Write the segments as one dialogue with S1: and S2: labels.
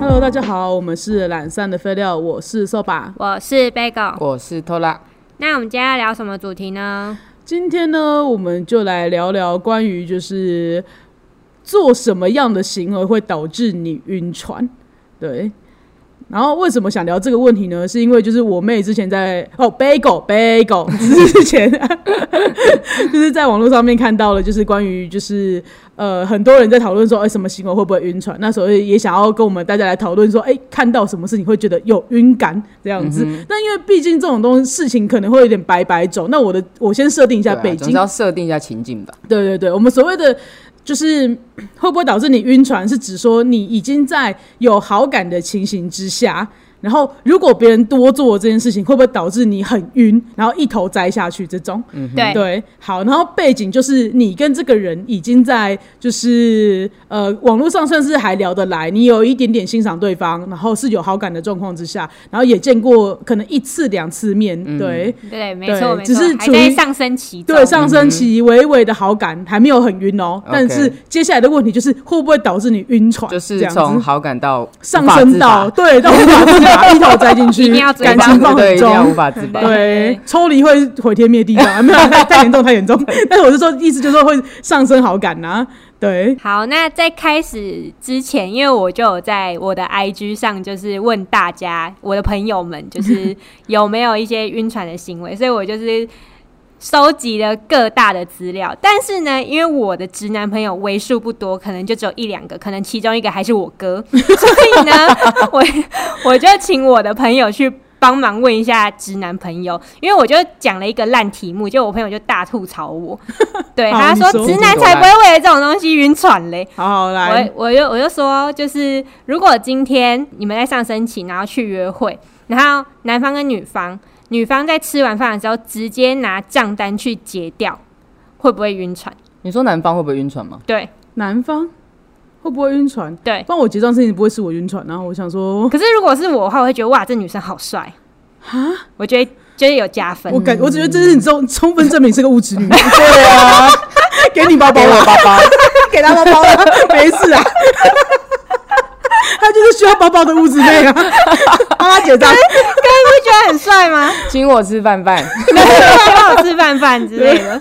S1: Hello，大家好，我们是懒散的废料，我是扫把。
S2: 我是 Bagel。
S3: 我是偷拉，
S2: 那我们今天要聊什么主题呢？
S1: 今天呢，我们就来聊聊关于就是做什么样的行为会导致你晕船，对。然后为什么想聊这个问题呢？是因为就是我妹之前在哦，bagel bagel 之前，就是在网络上面看到了，就是关于就是呃很多人在讨论说，哎、什么行为会不会晕船？那所以也想要跟我们大家来讨论说，哎、看到什么事情会觉得有晕感这样
S3: 嗯
S1: 子。那因为毕竟这种东西事情可能会有点白白走。那我的我先设定一
S3: 对
S1: 下
S3: 啊
S1: 北
S3: 总是
S1: 京
S3: 要设定一下情境吧。
S1: 对对对，我们所谓的就是会不会导致你晕船，是指说你已经在有好感的情形之下，然后如果别人多做这件事情，会不会导致你很晕，然后一头栽下去这种？
S2: 对
S1: 嗯对，好，然后背景就是你跟这个人已经在就是呃网络上算是还聊得来，你有一点点欣赏对方，然后是有好感的状况之下，然后也见过可能一次两次面，对。
S2: 对，没错，没
S1: 只
S2: 错
S1: 是，
S2: 还
S1: 处于
S2: 在上升期中。
S1: 对上升期微微的好感还没有很晕哦，
S3: 嗯 OK
S1: 但是接下来的问题就是会不会导致你晕船？
S3: 就是
S1: 这样
S3: 从
S1: 子
S3: 好感到无
S1: 上
S3: 法
S1: 升
S3: 自拔
S1: 到对到无法自拔，一头栽进去
S2: 一定要，追
S1: 感
S2: 到
S1: 情放
S3: 对，
S1: 很
S3: 一定要无
S1: 重。
S3: 法自 拔。
S1: 对，抽离会毁天灭地的，啊没 有太太严重太严 重。但是我是说，意思就是说会上升好感呐、对，
S2: 好，那在开始之前，因为我就有在我的 IG 上，就是问大家，我的朋友们，就是有没有一些晕船的行为，所以我就是收集了各大的资料。但是呢，因为我的直男朋友为数不多，可能就只有一两个，可能其中一个还是我 哥，所以呢，我我就请我的朋友去。帮忙问一下直男朋友，因为我就讲了一个烂题目，就我朋友就大吐槽我，对
S1: 好
S2: 他
S1: 你
S2: 说
S1: 说
S2: 直男才不会为了这种东西晕船嘞。
S1: 好好来
S2: 我，我就我就说，就是如果今天你们在上升期，然后去约会，然后男方跟女方，女方在吃完饭的时候直接拿账单去结掉，会不会晕船？
S3: 你说男方会不会晕船吗？
S2: 对
S1: 男方会不会晕船？
S2: 对。
S1: 不然我结账事情不会是我晕船啊，然后我想说，
S2: 可是如果是我的话，我会觉得哇，这女生好帅我觉得就是有加分
S1: 我。感我只觉得这是你充充分证明是个物质女，
S3: 对啊，
S1: 给你 包包啊
S3: 给
S1: 啦
S3: 我包包。
S1: 给他 包 包了，没事啊。他就是需要包包的物质妹啊，帮他结账。
S2: 各位不觉得很帅 吗？
S3: 请我吃饭饭，
S2: 请我吃饭饭之 类的。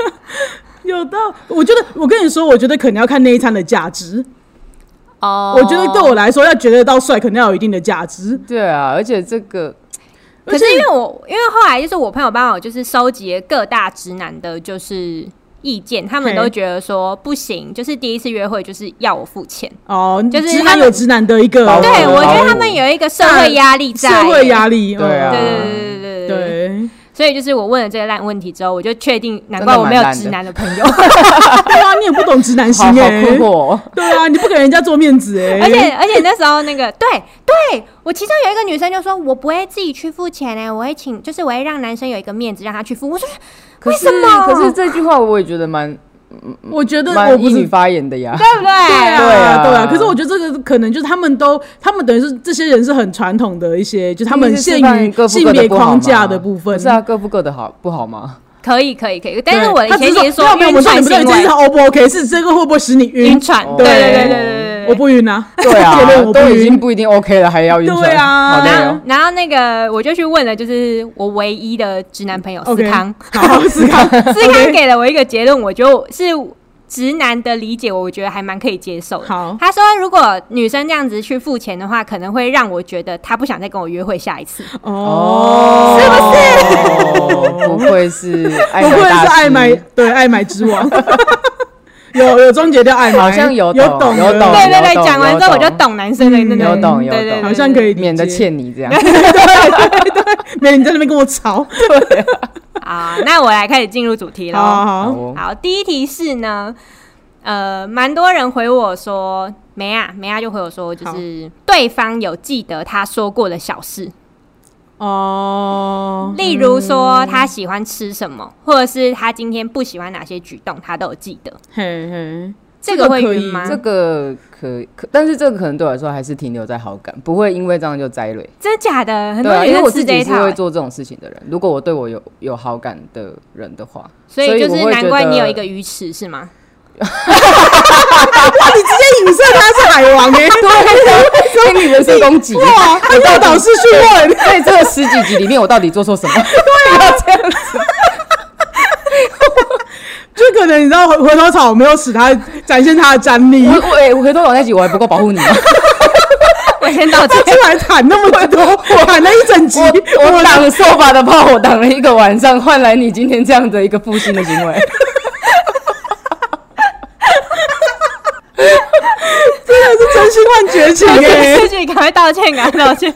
S1: 有道，我觉得我跟你说，我觉得可能要看那一餐的价值。
S2: 哦
S1: 我觉得对我来说，要觉得到帅，可能要有一定的价值。
S3: 对啊，而且这个
S2: 可是因为我因为后来就是我朋友帮我就是收集了各大直男的，就是意见，他们
S1: 嘿
S2: 都觉得说不行，就是第一次约会就是要我付钱。
S1: 哦，
S2: 就是
S1: 直
S2: 他
S1: 男
S2: 们
S1: 有直男的一个
S3: 包哦
S2: 对，我觉得他
S3: 哦
S2: 们有一个社会压力在
S1: 社会压力，
S3: 对啊
S2: 对对
S1: 嗯
S2: 对对对对。
S1: 对，
S2: 所以就是我问了这个烂问题之后，我就确定，难
S3: 真的
S2: 怪我没有
S3: 蛮烂的
S2: 直男的朋友，
S1: 对啊，你也不懂直男心
S3: 好好
S1: 哎，
S3: 困惑哦。
S1: 对啊，你不给人家做面子 哎，
S2: 而且而且那时候那个对对，我其中有一个女生就说，我不会自己去付钱呢、我会请，就是我会让男生有一个面子让他去付。我说
S3: 可是
S2: 为什么
S3: 可是这句话我也觉得蛮
S1: 我觉得我
S3: 蛮
S1: 不
S3: 以
S1: 是
S3: 你发言的呀。
S2: 对不对？
S1: 对啊，
S3: 对啊
S1: 对啊。可是我觉得这个可能就是他们都，他们等于是这些人是很传统的一些， 就他们
S3: 第一次
S1: 限
S3: 吃饭
S1: 于
S3: 各付
S1: 性
S3: 各的
S1: 别
S3: 不好吗
S1: 框架的部分
S3: 不。是啊，各付各的好不 好吗？
S2: 可以可以可以，
S1: 对
S2: 但是我的
S1: 他只
S2: 前提是
S1: 是
S2: 说
S1: 没有，我
S2: 晕
S1: 们说你
S2: 船
S1: 们到
S2: 行
S1: 底这是
S2: 为。
S1: O 不 OK？是这个会不会使你
S2: 晕
S1: 晕？
S2: 船，
S3: 哦
S2: 对对对对
S1: 对
S2: 对对对。
S1: 我不晕啊，
S3: 对啊
S1: 结论，我不
S3: 都已经
S1: 晕。
S3: 不一定 OK 了，还要晕船，
S1: 对啊
S3: 好累
S2: 然
S3: 哦
S2: 后，。然后那个我就去问了，就是我唯一的直男朋友思
S1: OK
S2: 康，
S1: 好，思考。
S2: 思康给了我一个结论，我觉得是直男的理解，我觉得还蛮可以接受的。
S1: 好，
S2: 他说，如果女生这样子去付钱的话，可能会让我觉得她不想再跟我约会下一次。
S1: 哦，
S2: 是不是
S3: 哦不 愧是爱
S1: 不
S3: 买
S1: 愧
S3: 大
S1: 是
S3: 师
S1: 爱买， 对爱买之王。有有终结掉爱买，
S3: 好像有
S1: 有
S3: 懂
S1: 懂
S3: 有
S1: 的
S3: 懂
S2: 对对
S3: 有
S2: 对，讲完之后我
S3: 有
S2: 就
S3: 懂
S2: 懂男生的那
S3: 有
S2: 种，
S3: 懂有
S2: 对对
S3: 懂
S2: 对，
S1: 好像可以理解
S3: 免得欠你这样。
S1: 没人在那边跟我吵。
S2: 啊。那我来开始进入主题喽。
S1: 好 啊好好，
S3: 哦
S2: 好，第一题是呢，呃，蛮多人回我说没啊，没啊，就回我说就是对方有记得他说过的小事，
S1: 哦，
S2: 例如说他喜欢吃什么，或者是他今天不喜欢哪些举动，他都有记得。
S1: 嘿嘿，
S2: 这
S1: 这个
S2: 个会
S1: 可
S2: 晕
S1: 以
S2: 吗？
S3: 这个可可，但是这个可能对我来说还是停留在好感，不会因为这样就栽累。
S2: 真假的？很多
S3: 对啊，因为
S2: 人
S3: 我
S2: 都
S3: 自
S2: 吃这
S3: 己
S2: 一
S3: 是
S2: 套、
S3: 会
S2: 欸，
S3: 做这种事情的人。如果我对我有有好感的人的话，
S2: 所以就
S3: 我
S2: 是
S3: 会觉
S2: 难怪你
S3: 得
S2: 有一个鱼池是吗？
S1: 哇，你直接影射他是海王哎、
S3: 对，啊跟你人身攻击。
S1: 哇，他报道是去问，
S3: 在这十几集里面，我到底做 错什么？ 对啊，这样子。
S1: 就可能你知道回回头草没有使他展现他的战力，
S3: 我我哎我回头我那集我还不够保护你吗？
S2: 我先道
S1: 他
S2: 歉。
S1: 出来喊那么多，我喊了一整集，
S3: 我我挡扫把的炮，我挡了一个晚上，换来你今天这样的一个负心的行 为。
S1: 真的是真心换绝 情哎、
S2: 自己赶快道歉，赶快道歉。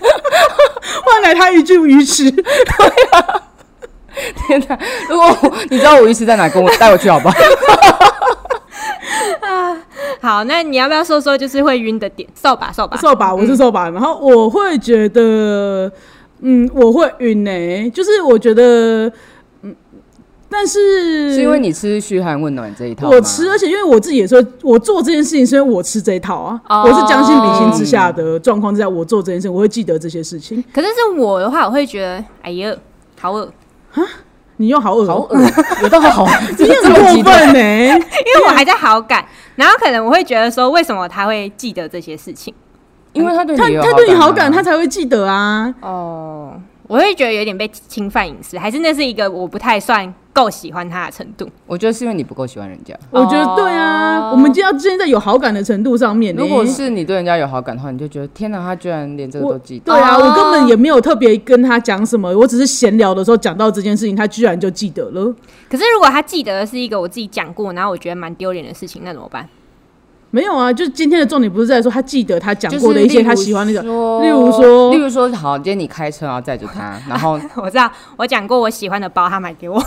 S1: 换来他一句鱼池，
S3: 天哪！如果我你知道我鱼池在哪，跟我带我去好不好？
S2: 好，那你要不要说说就是会晕的点？瘦吧，瘦吧。
S1: 扫把，我是扫把。然后我会觉得，嗯，我会晕哎、就是我觉得，嗯，但是
S3: 是因为你吃嘘寒问暖这一套吗
S1: 我吃，而且因为我自己也是会，我做这件事情是因为我吃这一套啊。
S2: 哦
S1: 我是将心比心之下
S3: 哦
S1: 的状况之下，我做这件事情，我会记得这些事情。
S2: 可是是我的话，我会觉得，哎呀，好恶，
S1: 你又好恶、
S3: 好
S1: 喔，
S3: 恶，有到好，
S1: 你
S3: 这
S1: 很
S3: 么
S1: 过
S3: 极
S1: 分 欸
S3: 端。
S1: 呢、
S2: 因为我还在好感，然后可能我会觉得说，为什么他会记得这些事情？
S3: 因为他对
S1: 他
S3: 你有
S1: 他对你好感，
S3: 啊
S1: 他才会记得啊。
S2: 哦，我会觉得有点被侵犯隐私，还是那是一个我不太算够喜欢他的程度。
S3: 我觉得是因为你不够喜欢人家。
S1: 我觉得对啊，我们就要现在有好感的程度上面呢、
S3: 哦
S1: 欸
S3: 如果是你对人家有好感的话，你就觉得天哪，他居然连这个
S1: 我
S3: 都记得。
S1: 对啊，
S2: 哦
S1: 我根本也没有特别跟他讲什么，我只是闲聊的时候讲到这件事情，他居然就记得了。
S2: 可是如果他记得的是一个我自己讲过，然后我觉得蛮丢脸的事情，那怎么办？
S1: 没有啊，就是今天的重点不是在说他记得他讲
S3: 就是
S1: 过的一些
S3: 例如
S1: 他喜欢那个，
S3: 说
S1: 例如说
S3: 例如说，好，今天你开车然后载着他， 然后
S2: 我知道我讲过我喜欢的包，他买给我，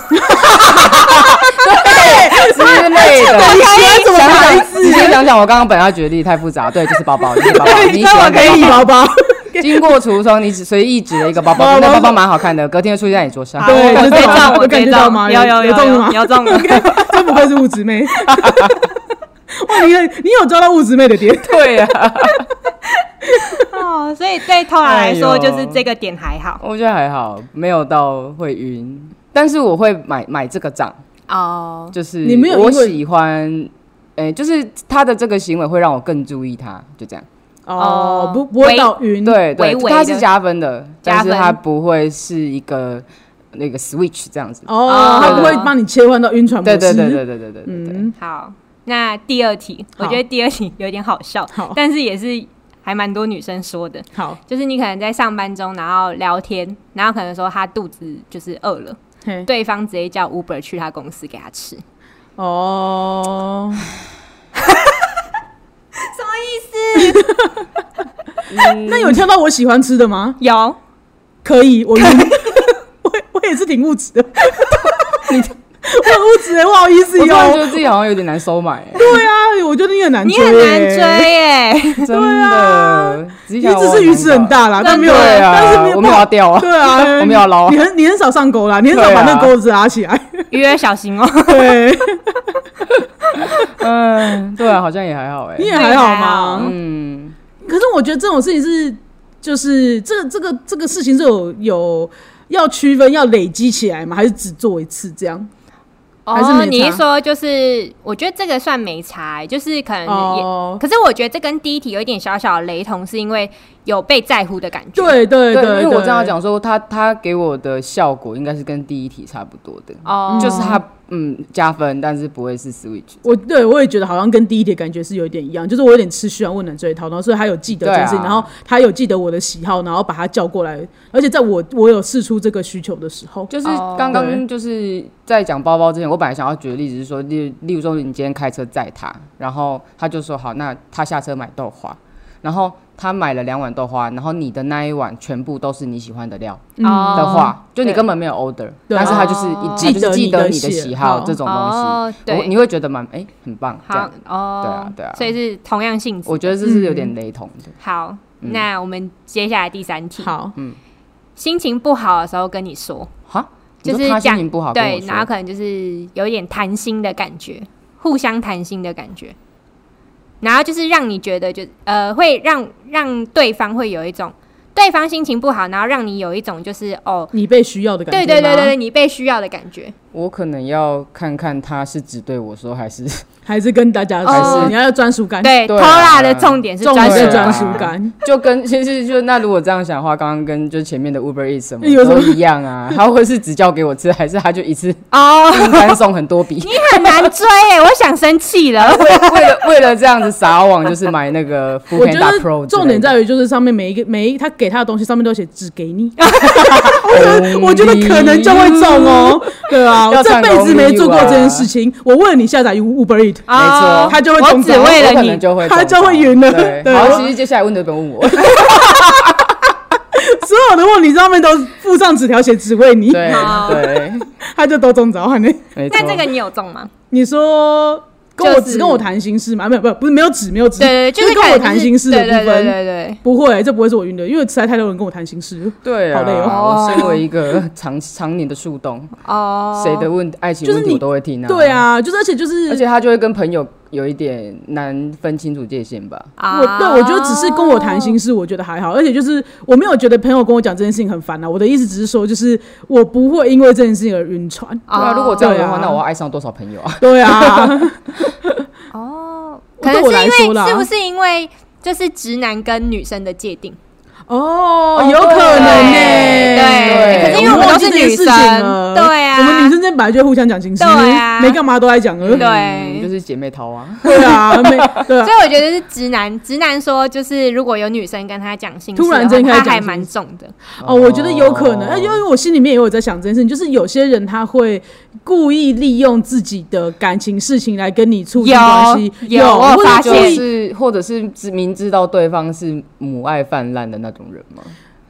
S3: 之类的。
S1: 你喜欢什么
S3: 想
S1: 牌
S3: 想，
S1: 子
S3: 直？接想想，我刚刚本来要举的例太复杂，对，就是包包，就是包包，你喜
S1: 那我
S3: 欢
S1: 可以
S3: 的
S1: 包
S3: 包
S1: 包，
S3: 包。经过橱窗，你只随意指了一个包包，
S1: 包包
S3: 那包包蛮好看的，隔天就出现在你桌上。
S1: 啊对
S2: 我
S1: 就
S2: 被
S1: 这样
S2: 中，我
S1: 有感
S2: 被
S1: 觉到吗
S2: 中，有
S1: 有
S2: 有
S1: 有中了吗
S2: 有有中了。
S1: 真不愧是物质妹。 哇，你很你有抓到物质妹的点，
S3: 对呀，
S1: 啊
S2: 哦，所以对偷懒来说，
S3: 哎呦
S2: 就是这个点还好
S3: 我觉得还好，没有到会晕，但是我会买买这个账，
S2: 哦。
S3: 就是
S1: 你没有
S3: 我
S1: 因为
S3: 喜欢。哎、就是他的这个行为会让我更注意他，就这样。
S1: 哦
S2: 哦，
S1: 不不会到晕，
S3: 对对
S2: 微，微
S3: 他
S2: 的
S3: 是加分的，
S2: 加
S3: 但
S2: 分
S3: 是他不会是一个那个 switch 这样子。
S1: 哦，他不会
S2: 对
S1: 帮你切换到晕船模
S3: 对
S1: 式，
S3: 啊对对对对对对对对。
S1: 啊嗯，
S2: 好，那第二题，我
S1: 好
S2: 觉得第二题有点好笑，
S1: 好
S2: 但是也是还蛮多女生说的，
S1: 好，
S2: 就是你可能在上班中，然后聊天，然后可能说她肚子就是饿了，
S1: 嘿，
S2: 对方直接叫 Uber 去她公司给她吃，
S1: 哦，
S3: 嗯
S1: 那有挑到我喜欢吃的吗？
S2: 有
S1: 可以，我 我我也是挺物质 的， 我很物质欸，不好意思
S3: 我突然觉
S1: 哟。
S3: 得自己好像有点难收买、欸
S1: 对啊，我觉得你很难
S2: 你
S1: 追欸，
S2: 很难追耶、
S3: 真
S1: 啊
S3: 的。你
S1: 你只是鱼池很，大啦，但没有，
S3: 对啊
S1: 但是没有
S3: 我没有要钓啊
S1: 对啊，
S3: 我没有要捞啊啊
S1: 你很你很少上 钩啦，你很少把那个钩子拉起来。
S2: 鱼儿小心哦、
S1: 对，
S3: 嗯，对啊，好像也还好哎、
S1: 你也
S3: 欸。
S1: 还好
S2: 还好
S1: 吗？
S3: 嗯，
S1: 可是我觉得这种事情是，就是这这个这个事情是有有要区分，要累积起来吗？还是只做一次这样？还是没差
S2: 哦，你一说就是，我觉得这个算没差、欸就是可能也。
S1: 哦，
S2: 可是我觉得这跟第一题有一点小小的雷同，是因为有被在乎的感觉。
S1: 对对
S3: 对，
S1: 对，
S3: 因为我
S1: 对
S3: 这样，讲说，他他给我的效果应该是跟第一题差不多的，
S2: 哦，
S3: 就是他嗯加分，但是不会是 switch。
S1: 我对我也觉得好像跟第一题感觉是有一点一样，就是我有点吃虚寒问暖这一套，然后所以他有记得这件事情，
S3: 对啊
S1: 然后他有记得我的喜好，然后把他叫过来，而且在我我有试出这个需求的时候，
S3: 就是
S2: 哦
S3: 刚
S1: 对
S3: 刚就是在讲包包之前，我本来想要举的例子是说，例例如说你今天开车载他，然后他就说好，那他下车买豆花，然后他买了两碗豆花，然后你的那一碗全部都是你喜欢的料
S1: 嗯
S2: 哦
S3: 的话，就你
S2: 对
S3: 根本没有 order，
S1: 对
S3: 但是他就是
S2: 哦
S3: 一他就是
S1: 记
S3: 记
S1: 得
S3: 得
S1: 你
S3: 你
S1: 的
S3: 的
S1: 喜
S3: 喜
S1: 好
S3: 好这种东
S2: 哦
S3: 西，
S2: 对
S3: 我你会觉得蛮哎很棒这
S2: 好
S3: 样，
S2: 哦，
S3: 对啊对啊
S2: 所以是同样性质。
S3: 我觉得这是有
S1: 嗯
S3: 点雷同的。
S2: 好，那我们接下来第三题，
S1: 好，
S2: 心情不好的时候跟你说，
S3: 哈，你
S2: 就
S3: 说
S2: 是
S3: 他心
S2: 讲
S3: 情不好跟
S2: 对
S3: 我，
S2: 然后
S3: 说，
S2: 可能就是有一点谈心的感觉，互相谈心的感觉，然后就是让你觉得就呃会让让对方会有一种对方心情不好，然后让你有一种就是哦，
S1: 你被需要的感觉
S2: 对
S1: 吗，
S2: 对对对对，你被需要的感觉。
S3: 我可能要看看他是只对我说，还是
S1: 还是跟大家
S2: 还
S1: 说，
S2: 是
S1: 你要有专属感，
S2: 哦对
S3: 对
S2: t o r a 的重点是
S1: 哎重点
S3: 属
S1: 是
S2: 属
S1: 专
S3: 感
S1: 属感。
S3: 就跟 其实就那如果这样想的话，刚刚跟就前面的 Uber Eats 什么
S1: 有什么
S3: 都一 样啊，他会是只叫给我吃，还是他就一次
S2: 哦，
S3: 订单送很 多笔？
S2: 你很难追耶，我想生气了。
S3: 为了为了这样子撒网，就是买 那个 f o o
S1: 我
S3: d
S1: 觉
S3: Panda Pro
S1: 得重点在于就是上面每一个每一他给他的东西上面都写只给 你，
S3: 于
S1: 我觉得可能就会中。 哦，对啊，我
S3: 要
S1: 这
S3: 唱
S1: 辈子没做过
S3: Only
S1: 这
S3: 吧
S1: 件事情，我为了你下载 Uber Eat，
S2: 哦
S1: 他就会
S2: 我
S1: 中
S2: 只
S1: 招
S2: 为
S3: 我
S2: 了
S3: 可
S2: 你
S3: 能，就会
S1: 他就会晕了
S3: 对，
S1: 对
S3: 好，其实接下来问的不用问 我，
S1: 所有的问题上面都附上纸条写只为你，
S3: 对
S2: 好
S3: 对，
S1: 他就都中招了。你
S3: 没错。
S2: 但这个你有中吗？
S1: 你说跟我
S2: 就是
S1: 只跟我谈心事吗？没有，不不是没有纸没有纸，
S2: 对对，对
S1: 就是是跟
S2: 可
S1: 我
S2: 能
S1: 谈
S2: 就是
S1: 心事的
S2: 对对
S1: 部
S2: 对
S1: 分。
S2: 对对，
S1: 不会，这不会是我晕的，因为实在太多人跟我谈心事了。
S3: 对啊，
S1: 好累
S2: 哦
S3: 我身为一个常常年的树洞，
S2: 哦，
S3: 谁的问爱情
S1: 就是
S3: 问题
S1: 你
S3: 我都会听啊。
S1: 对，啊，就是而且就是
S3: 而且他就会跟朋友有一点难分清楚界限吧。
S2: 啊？
S1: 我对我觉得只是跟我谈心事，我觉得还好，而且就是我没有觉得朋友跟我讲这件事情很烦啊。我的意思只是说，就是我不会因为这件事情而晕船。
S3: 对啊，
S2: 哦
S3: 如果这样的
S1: 对
S3: 话，
S1: 啊
S3: 那我要爱上多少朋友啊？
S1: 对啊，
S2: 哦，可
S1: 对
S2: 能
S1: 我来
S2: 是因
S1: 说
S2: 为
S1: 啦
S2: 是不是因为就是直男跟女生的界定？
S1: 哦
S3: 哦，
S1: 有可能呢、
S2: 对
S3: 对
S2: 可是因为
S1: 我
S2: 我们
S1: 忘
S2: 都
S1: 记
S2: 是
S1: 这件
S2: 女
S1: 事
S2: 生，
S1: 情了
S2: 对啊，
S1: 我们女生之间本来就会互相讲情事，
S2: 对啊
S1: 没干嘛都在讲了。
S2: 对
S3: 嗯就是姐妹淘啊。
S1: 对啊，没对啊
S2: 所，以我觉得是直男，直男说就是如果有女生跟他讲性事的话，
S1: 突然间开始
S2: 他还
S1: 讲性事
S2: 蛮重的
S1: 哦，我觉得有可能，呃因为我心里面也有在想这件事情，就是有些人他会故意利用自己的感情事情来跟你促进
S2: 有
S1: 关系，
S2: 有我有
S1: 或
S2: 发
S1: 者
S2: 现
S1: 故
S3: 就
S1: 意
S3: 是或者是知明知道对方是母爱泛滥的那种人嘛。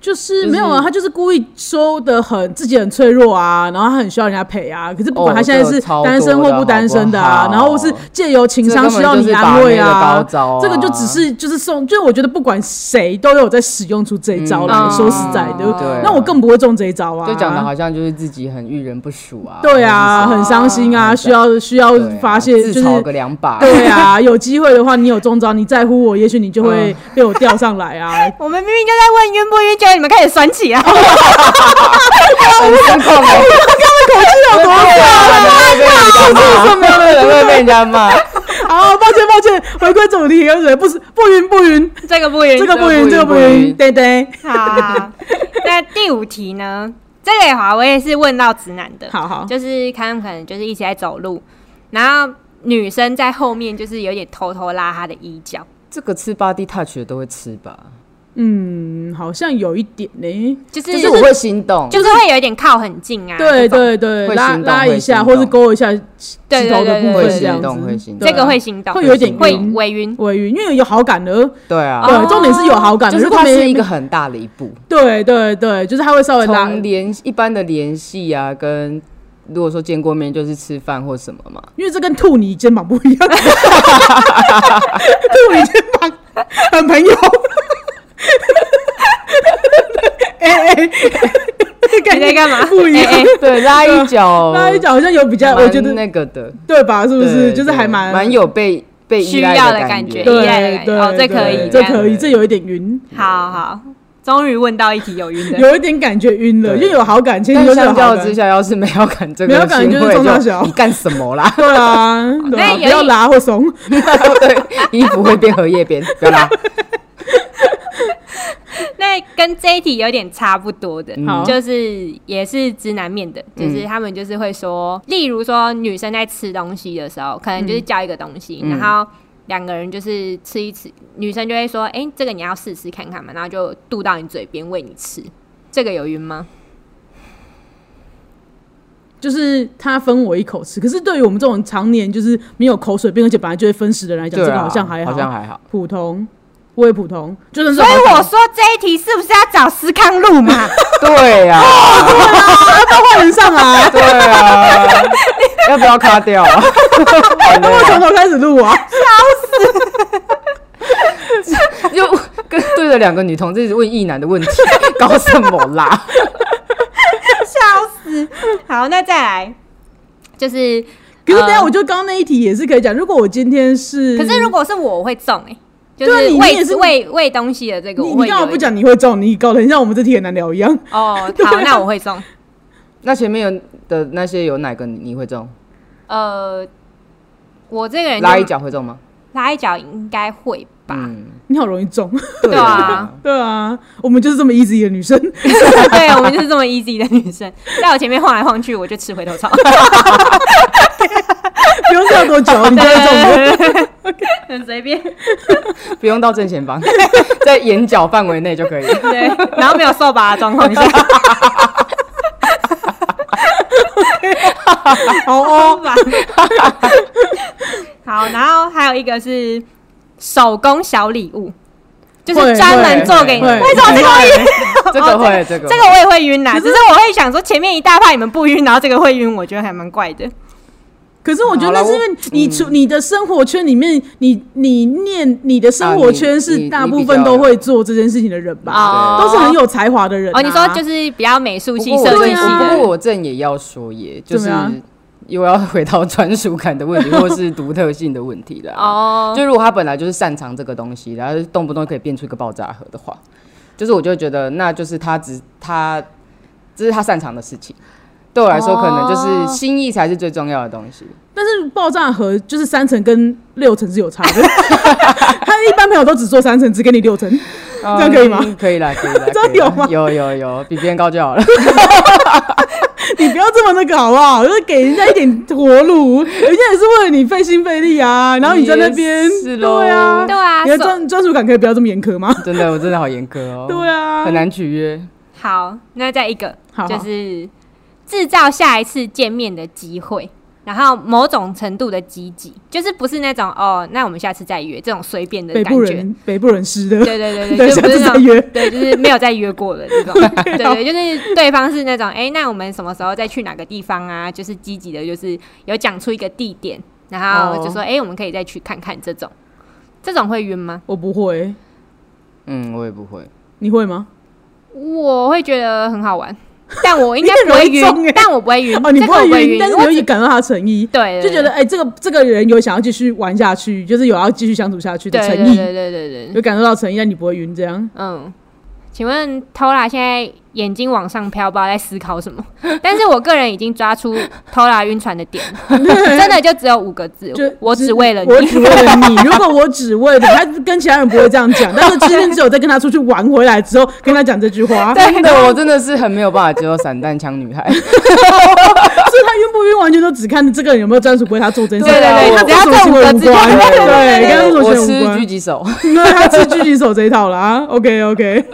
S1: 就是没有啊，他就是故意说的很自己很脆弱啊，然后他很需要人家陪啊。可是不管
S3: 哦
S1: 他现在
S3: 这
S1: 是
S3: 个超
S1: 单身
S3: 多
S1: 或
S3: 的
S1: 不单身的啊，
S3: 好不好
S1: 然后是借由情商需要你安慰啊。这个就只是就是送，就我觉得不管谁都有在使用出这一招来、
S2: 嗯
S1: 说实在的，
S2: 哦对啊
S1: 那我更不会中这一招啊。
S3: 就讲的好像就是自己很遇人不淑啊。
S1: 对啊，
S3: 或者
S1: 很
S3: 是
S1: 伤心啊，
S3: 哦
S1: 需要需要
S3: 对啊
S1: 发泄，就
S3: 自
S1: 是
S3: 嘲个两把。
S1: 对啊，有机会的话你有中招，你在乎我，也许你就
S3: 嗯
S1: 会被我钓上来啊。
S2: 我们明明就在问晕不晕，结果你们开始酸啊起 来，
S1: 哦
S2: 我
S3: 很失 控欸，
S1: 有多
S3: 我没有人会被人家骂，
S1: 好，抱歉抱歉，回归主题，对不是不晕不晕，
S2: 这个不晕，
S1: 这个不
S3: 不
S1: 晕
S3: 晕
S1: 这个不
S3: 不
S1: 晕，
S3: 晕
S1: 对对，
S2: 好。那第五题呢？这个也好，我也是问到直男的，
S1: 好好，
S2: 就是他们可能就是一起在走路，然后女生在后面就是有点偷偷拉他的衣角，
S3: 这个吃 body touch 的都会吃吧？
S1: 嗯，好像有一点呢，
S2: 就是
S3: 就是我会心动，
S2: 就是会有一点靠很近啊，
S1: 对
S2: 这种
S1: 对对，
S3: 会
S1: 拉
S3: 心动
S1: 拉一下，或
S3: 会心动
S1: 是勾一下
S2: 对
S1: 指头的部
S2: 对
S1: 分
S3: 会
S2: 对
S1: 这样
S3: 心
S1: 子
S3: 动，会心
S1: 对
S3: 动
S2: 这，个会心动，
S1: 会有一点
S2: 会
S1: 晕
S2: 微晕，
S1: 微晕，因为有好感的，
S3: 对啊，
S1: 对，重点是有好感的，
S3: 就是
S1: 如果
S3: 它是
S1: 没
S3: 一个，很大的一步，
S1: 对对对，就是他会稍微拉，
S3: 从联一般的联系啊，跟如果说见过面就是吃饭或什么嘛，
S1: 因为这跟兔你肩膀不一样， 兔你肩膀很朋友。 哎哎，
S2: 你在干嘛？
S1: 不一样
S2: 哎哎
S3: 对， 拉一脚，
S1: 那一讲好像有比较，我觉得
S3: 蛮那个的，
S1: 对吧？是不是？
S3: 对
S1: 就是还
S3: 对
S1: 蛮
S3: 蛮有被被依
S2: 需
S3: 赖
S2: 要的
S3: 感
S2: 感觉
S1: 对
S2: 依赖的感觉
S1: 对
S2: 哦这可
S1: 对
S3: 以
S1: 这
S3: 这样
S1: 可以，
S3: 对
S1: 这有一点晕，
S2: 好好，终于问到一题有晕的。
S1: 有一点感觉晕了，因
S3: 对
S1: 为有好感，其实
S3: 但
S1: 就是有
S3: 相
S1: 好
S3: 较
S1: 感
S3: 之。下，要是没有感这
S1: 没有
S3: 个
S1: 感
S3: 行
S1: 就是
S3: 为，
S1: 中大
S3: 就
S1: 小
S3: 你干什么啦？
S1: 对啊，对
S2: 那
S1: 啊，
S2: 有
S1: 不
S2: 一
S1: 要拉或怂。
S3: 对，衣服会变荷叶边，不 要拉。
S2: 那跟这一题有点差不多的，嗯
S1: 好
S2: 就是也是直男面的，就是他们就是会说，例如说女生在吃东西的时候，可能就是叫一个东西，
S3: 嗯
S2: 然后。两个人就是吃一吃，女生就会说：“哎、这个你要试试看看嘛。”然后就渡到你嘴边喂你吃，这个有晕吗？
S1: 就是他分我一口吃，可是对于我们这种常年就是没有口水病，而且本来就会分食的人来讲，
S3: 对
S1: 这
S3: 啊
S1: 个好像还
S3: 好像还好。
S1: 普通，我也普通，就算是
S2: 所以
S1: 好感
S2: 我说这一题是不是要找思康路嘛？
S3: 对呀，
S1: 都换人 上啊，
S3: 对啊，要不要卡掉啊？ 好
S1: 都
S3: 累
S1: 会
S3: 啊
S1: 从头开始录 啊。
S3: 又跟对着两个女同志一直问异男的问题，搞什么啦？
S2: 好，那再来就是，
S1: 可是等一下，
S3: 嗯
S2: 呃
S1: 我觉得刚刚那一题也是可以讲，如果我今天是，
S2: 可是如果是我，我会中哎、
S1: 嗯
S2: 就
S1: 对啊
S2: 是
S1: 你你也是
S2: 喂喂喂东西的这个，
S1: 你
S2: 我
S1: 你
S2: 会
S1: 干嘛
S2: 有
S1: 不
S2: 一点
S1: 讲你会中，你搞得很像我们这题很难聊一样。
S2: 哦，
S1: 对啊
S2: 好，那我会中。
S3: 那前面有的那些有哪个你你会中？
S2: 呃，我这个人就
S3: 拉一脚会中吗？
S2: 拉一脚应该会吧？
S3: 嗯，
S1: 你好容易中，
S2: 对啊，
S1: 对啊，我们就是这么 easy 的女生，
S2: 对，我们就是这么 easy 的女生，在我前面晃来晃去，我就吃回头草。
S1: 不用跳多久，你就会中了。
S2: 对对对对很随便。
S3: 不用到正前方， 在眼角范围内就可以。
S2: 对，然后没有扫把的状况下，
S1: 好
S2: 扫
S1: 哦，
S2: 把。 好，然后还有一个是手工小礼物，就是
S1: 会
S2: 专门做给你。
S1: 会
S2: 为什么这个会晕？
S3: 这个会，这个
S2: 这个我也会晕啊呐，只是我会想说前面一大趴你们不晕，然后这个会晕，我觉得还蛮怪的。
S1: 可是我觉得那是因为你
S2: 嗯
S1: 出你的生活圈里面，你你念你的生活圈
S2: 啊
S1: 是大部分都会做这件事情的人吧，
S2: 哦，
S1: 都是很有才华的人啊。
S2: 哦，你说就是比较美术
S3: 不
S2: 系、
S3: 过我
S2: 设
S1: 对
S2: 计
S3: 正
S2: 系
S1: 啊
S2: 的
S3: 不过我正也要说耶，就
S1: 怎
S3: 是
S1: 么样
S3: 又要回到专属感的问题，或是独特性的问题啦。
S2: 哦，
S3: 就如果他本来就是擅长这个东西，然后动不动可以变出一个爆炸盒的话，就是我就会觉得那就是他只他这是他擅长的事情。对我来说，
S2: 哦
S3: 可能就是心意才是最重要的东西。
S1: 但是爆炸盒就是三层跟六层是有差的， 他一般朋友都只做三层，只给你六层。这样可以吗
S3: 嗯？可以啦，可以 啦，
S1: 这
S3: 可以啦
S1: 有吗
S3: 有有有，比别人高就好了。
S1: 你不要这么那个好不好？就是给人家一点活路，人家也是为了你费心费力啊。然后你在那边，
S3: 也是咯
S1: 对啊，
S2: 对啊
S1: 你，的
S2: 手
S1: 专专属感可以不要这么严苛吗？
S3: 真的，我真的好严苛哦。
S1: 对啊，
S3: 很难取约。
S2: 好，那再一个
S1: 好好
S2: 就是制造下一次见面的机会，然后某种程度的积极，就是不是那种哦，那我们下次再约这种随便的
S1: 北部
S2: 感觉。
S1: 人北部人湿的，
S2: 对对 对
S1: 等
S2: 对，
S1: 下
S2: 就不是
S1: 次
S2: 那
S1: 再
S2: 种
S1: 约。
S2: 对，就是没有再约过 的这种。对对，就是对方是那种哎、那我们什么时候再去哪个地方啊？就是积极的，就是有讲出一个地点，然
S1: 哦
S2: 后就说哎、我们可以再去看看这种。这种会晕吗？
S1: 我不会，
S3: 嗯，我也不会。
S1: 你会吗？
S2: 我会觉得很好玩，但我应该
S1: 你
S2: 不
S1: 很
S2: 会
S1: 容易中
S2: 晕
S1: 欸，
S2: 但我不会晕，
S1: 哦，你
S2: 这个我
S1: 会
S2: 不会
S1: 但是
S2: 我
S1: 你
S2: 只
S1: 会感到他的诚意，
S2: 对，
S1: 就觉得哎、这个这个人有想要继续玩下去，就是有要继续相处下去的
S2: 对对
S1: 诚
S2: 对
S1: 意，
S2: 对对对对，
S1: 有感受到诚意，但你不会晕这样。
S2: 嗯。请问 Tola 现在眼睛往上飘，不知道在思考什么？但是我个人已经抓出 Tola 晕船的点，真的就只有五个字
S1: 就，
S2: 我只为了你
S1: 我。只为了你。如果我只为了你他跟其他人不会这样讲，但是今天只有在跟他出去玩回来之后，跟他讲这句话，所以
S3: 啊真的，我真的是很没有办法接受散弹枪女孩。
S1: 他晕不晕完全都只看这个人有没有专属为他做这件事。
S3: 对对对
S1: 因为他
S2: 只要
S1: 跟什么行为
S2: 中
S1: 无
S2: 我知道
S1: 关，
S2: 对对对
S1: 对，跟他做行为
S3: 我
S1: 无
S3: 吃狙
S1: 关。
S3: 击手，
S1: 因为他吃狙击手这一套啦。OK OK，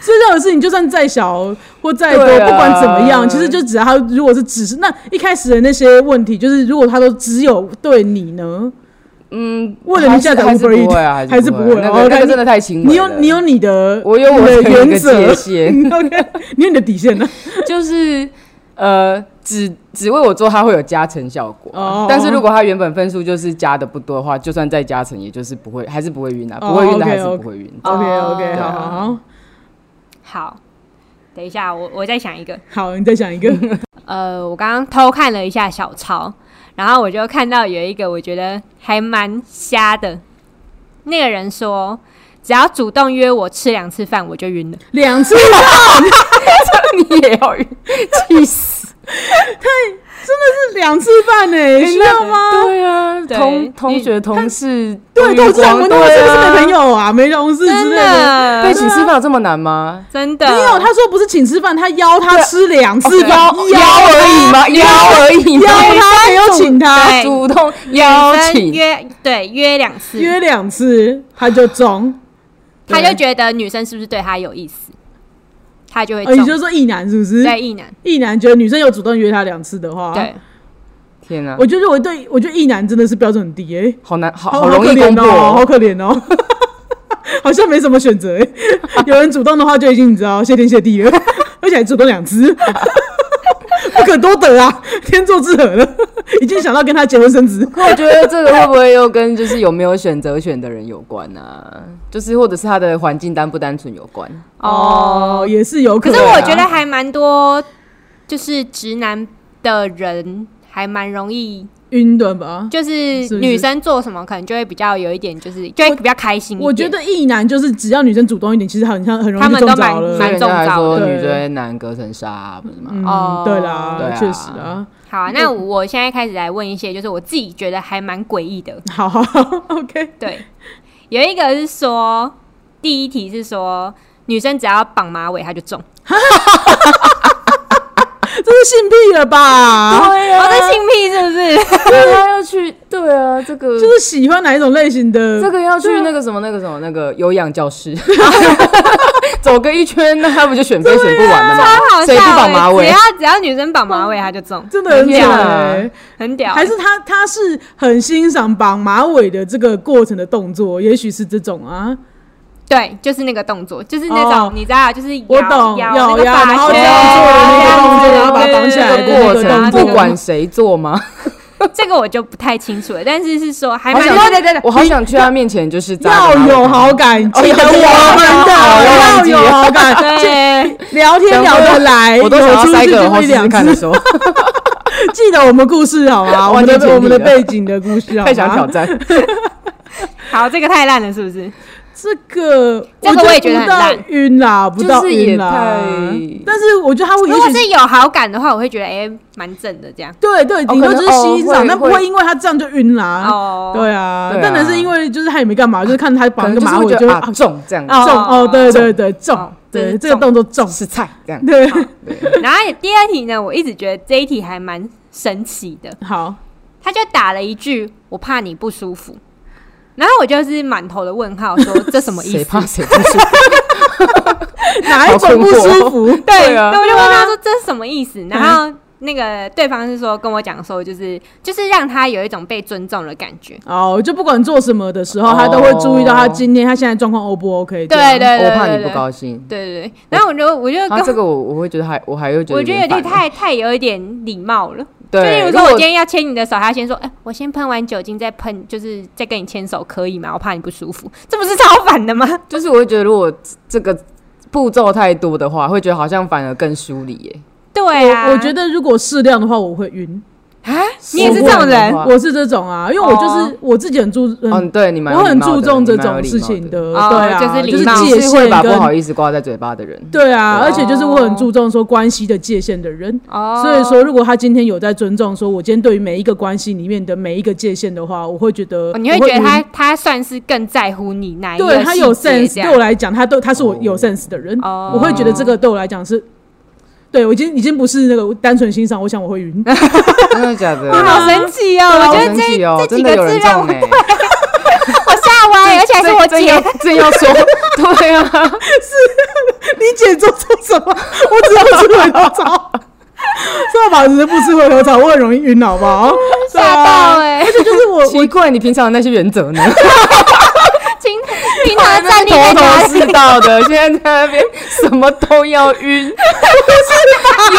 S1: 所以任何事情就算再小或再多，
S3: 对啊
S1: 不管怎么样，其实就只要他如果是只是那一开始的那些问题，就是如果他都只有对你呢，
S3: 嗯，
S1: 为了你下载
S3: 还是
S1: Uber
S3: 不
S1: Eats，
S3: 会啊，
S1: 还是
S3: 不
S1: 不会
S3: 那
S1: 哦那
S3: 个那个
S1: 你
S3: 真的太轻微了。
S1: 你有你有你的，
S3: 我有我的
S1: 你的原
S3: 一
S1: 则
S3: 个界限，
S1: OK，你有你的底线呢？
S3: 就是呃，只只为我做，它会有加成效果啊。
S1: 哦
S3: 但是如果它原本分数就是加的不多的话，就算再加成，也就是不会，还是不会晕啊，
S1: 哦
S3: 不会晕的还是
S1: OK，OK
S3: 不会晕。
S2: 哦
S1: OK OK，好好好，
S3: 啊
S2: 好，等一下，我我再想一个。
S1: 好，你再想一个，
S2: 呃，我刚刚偷看了一下小抄，然后我就看到有一个我觉得还蛮瞎的，那个人说，只要主动约我吃两次饭，我就 晕了。
S1: 两次，
S3: 你也要晕，气死！
S1: 两次 半
S3: 哎
S1: 呢，需要吗？
S3: 对啊，
S2: 对
S3: 同同
S2: 你
S3: 学、同事都
S1: 对，
S3: 晕
S1: 都是我
S3: 光，
S1: 们都
S3: 对
S1: 是不是
S3: 啊
S1: 没朋友啊，没同事之
S2: 真
S1: 类的。
S2: 的，
S3: 被请吃饭有这么难吗？
S2: 真的
S1: 没有，他说不是请吃饭，他邀他吃两次
S3: 邀哦邀而已吗？邀而已吗
S1: 哦邀？他没有请哎他，
S2: 对
S3: 主动邀
S2: 女生
S3: 请，
S2: 约对约两次，
S1: 约两次他就中，
S2: 他就
S1: 对
S2: 觉得女生是不是对他有意思，他就会
S1: 哦，
S2: 中。
S1: 你就说一男是不是？啊
S2: 对意男，
S1: 一男觉得女生有主动约他两次的话，
S2: 对，
S3: 天哪
S1: 我，觉得我对我觉得一男真的是标准很低诶，
S3: 好难，好
S1: 好
S3: 好容
S1: 可
S3: 易攻
S1: 怜
S3: 破
S1: 哦，好
S3: 哦。
S1: 可怜哦。好像没什么选择 欸，有人主动的话就已经你知道谢天谢地了， 而且还主动两次， 不可多得啊，天作之合了，已经想到跟他结婚生子。
S3: 可我觉得这个会不会又跟就是有没有选择权的人有关啊？就是或者是他的环境单不单纯有关？
S1: 哦，也是有可
S2: 可
S1: 能
S2: 是
S1: 啊、
S2: 我觉得还蛮多，就是直男的人还蛮容易
S1: 晕的吧？
S2: 就是
S1: 是不是
S2: 女生做什么可能就会比较有一点，就是就会比较开心一点。
S1: 我觉得异男就是只要女生主动一点，其实很像很容易
S2: 他
S1: 就
S2: 们都
S1: 中招
S2: 蛮
S1: 了。
S3: 所以人家还说
S1: 蛮重
S3: 女
S1: 要的
S3: 追男隔层纱，不是吗？
S1: 嗯，
S2: 哦
S1: 对啦
S3: 对，啊
S1: 确实啊。
S2: 好啊，那我现在开始来问一些，就是我自己觉得还蛮诡异的。
S1: 好好好，OK，
S2: 对，有一个是说，第一题是说女生只要绑马尾她就中，
S1: 这是性癖了吧？
S3: 对
S2: 我在性癖是不是？
S3: 对啊，要去，对啊，这个
S1: 就是喜欢哪一种类型的？
S3: 这个要去那个什么那个什么那个有氧教室，走个一圈，那他不就选妃选不完了
S2: 超
S3: 吗？
S2: 好
S3: 谁不
S2: 笑
S3: 绑
S2: 欸
S3: 马尾
S2: 只要？只要女生绑马尾她就中，
S1: 真的很
S3: 很屌
S1: 屌
S3: 啊
S1: 欸
S2: 很屌欸、
S1: 还是他他是很欣赏绑马尾的这个过程的动作，也许是这种啊，
S2: 对，就是那个动作，就是那种、
S1: 哦
S2: 你知道，就是摇
S1: 我懂，
S2: 摇
S1: 咬
S2: 那个
S1: 牙，
S2: 发
S1: 然后这
S2: 圈
S1: 样做的那个动作，
S2: 对
S1: 然后把它绑起来的
S2: 对
S1: 那
S2: 对
S3: 过
S1: 个动
S3: 程
S1: 作，
S3: 不管谁做吗？
S2: 这个我就不太清楚了，但是是说还
S3: 好
S2: 蛮
S3: 想
S2: 多
S3: 对对对，我好想去他面前就是扎
S1: 要
S3: 着马尾
S1: 有好感，记
S3: 哦
S1: 得
S3: 要有
S1: 我们啊
S3: 好
S1: 的要
S3: 忘记了
S1: 有好 感，
S2: 对，
S1: 聊天聊得来，
S3: 我都想要
S1: 有出
S3: 塞
S1: 去
S3: 个
S1: 就
S3: 后
S1: 会
S3: 试
S1: 两
S3: 试看的
S1: 次。
S3: 时候，
S1: 记得我们故事好 吗？我
S3: 完
S1: 们
S3: 全
S1: 的我们的
S3: 解
S1: 背景的故事好吗？
S3: 太想挑战。
S2: 好，这个太烂了，是不是？
S1: 这个，
S2: 这个我也觉得很烂
S1: 不到晕啦，不到
S3: 就是也
S1: 晕啦
S3: 太。
S1: 但是我觉得他会
S2: 如果
S1: 也许
S2: 是有好感的话，我会觉得哎，蛮、正的这样。
S1: 对对，顶多
S3: 可能
S1: 只是欣
S3: 哦
S1: 赏，
S3: 会
S1: 但不
S3: 会
S1: 会因为他这样就晕啦。
S2: 哦，
S1: 对啊，
S3: 对啊
S1: 但能是因为就是他也没干嘛，就是看他
S3: 可
S1: 绑
S3: 能
S1: 个
S3: 就是
S1: 马尾
S3: 会觉
S1: 就
S3: 得
S1: 会
S3: 啊
S1: 啊
S3: 重啊这样
S2: 哦
S1: 中哦，对对对
S2: 哦
S1: 中，
S2: 这
S1: 对
S2: 是
S1: 这个
S2: 中
S1: 动作中，
S3: 是菜这样，
S1: 对，
S2: 然后第二题呢，我一直觉得这一题还蛮神奇的，
S1: 好，
S2: 他就打了一句“我怕你不舒服”，然后我就是满头的问号说，这什么意
S3: 谁
S2: 思
S3: 怕？谁不是？
S1: 哪一种不舒服？
S2: 对，
S3: 对啊
S2: 那我就问他说这是什么意思，然后。那个对方是说跟我讲说，就是就是让他有一种被尊重的感觉。
S1: 哦，就不管做什么的时
S3: 哦
S1: 候，他都会注意到他今天他现在状况 O 不 OK？这样
S2: 对对对对
S3: 我怕
S2: 对
S3: 你不
S2: 对
S3: 高兴。
S2: 对对对，然后我就我就跟
S3: 他这个我我会觉得还我还会觉得
S2: 我觉得有点
S3: 点烦
S2: 太太有一点礼貌了。就例
S3: 对。
S2: 如
S3: 如
S2: 说，我
S3: 果
S2: 今天要牵你的手，他先说：“哎、我先喷完酒精再喷，就是再跟你牵手，可以吗？我怕你不舒服。”这不是超反的吗？
S3: 就是我会觉得如果这个步骤太多的话，会觉得好像反而更疏离耶。
S2: 对啊，
S1: 我觉得如果适量的话，我会晕。
S2: 啊，你也是这种人，
S3: 哇
S1: 我是这种啊，因为我就是我自己很注，
S3: 嗯，
S1: 嗯，
S3: 哦对，你蛮有
S1: 我很
S3: 礼貌的
S1: 注重这
S3: 你蛮有
S1: 种
S3: 礼
S1: 事
S3: 貌
S1: 情
S3: 的，
S1: 的，
S2: 哦
S1: 对啊，
S2: 就是
S1: 就
S2: 礼
S1: 是
S2: 貌
S1: 界
S3: 是会
S1: 限
S3: 把不好
S1: 跟
S3: 意思挂在嘴巴的人。
S1: 对啊，
S3: 对
S1: 而且就是我很注重说关系的界限的人。
S2: 哦，
S1: 所以说，如果他今天有在尊重，说我今天对于每一个关系里面的每一个界限的话，我会觉得
S2: 哦你会觉得
S1: 我
S2: 他
S1: 晕
S2: 他算是更在乎你哪一个
S1: 对他有
S2: 细
S1: sense，
S2: 节这
S1: 对我
S2: 样
S1: 来讲，他都他是我有
S3: 哦
S1: sense 的人，
S2: 哦
S1: 我会觉得这个对我来讲是，对我已经已经不是那个单纯欣赏，我想我会 晕。
S3: 真的假的？
S2: 哇 好神奇哦！我
S3: 啊好
S2: 觉得
S3: 神
S2: 这
S3: 奇哦，
S2: 这
S3: 真
S2: 几个
S3: 的有
S2: 字
S3: 人
S2: 让我
S3: 中哎，
S2: 我吓歪，而且还是我
S3: 真
S2: 姐
S3: 要。真要说，对啊，
S1: 你姐做错什么？我只要吃回头草，这把子不吃回头草，我很容易晕，好不好？对
S2: 哦吓到
S1: 啊，
S2: 哎、欸！
S1: 这就是 我
S3: 奇怪，你平常的那些原则呢？
S2: 平平 常的战力在
S3: 头
S2: 哪
S3: 头
S2: 里？
S3: 是道的，现在在那边什么都要晕，有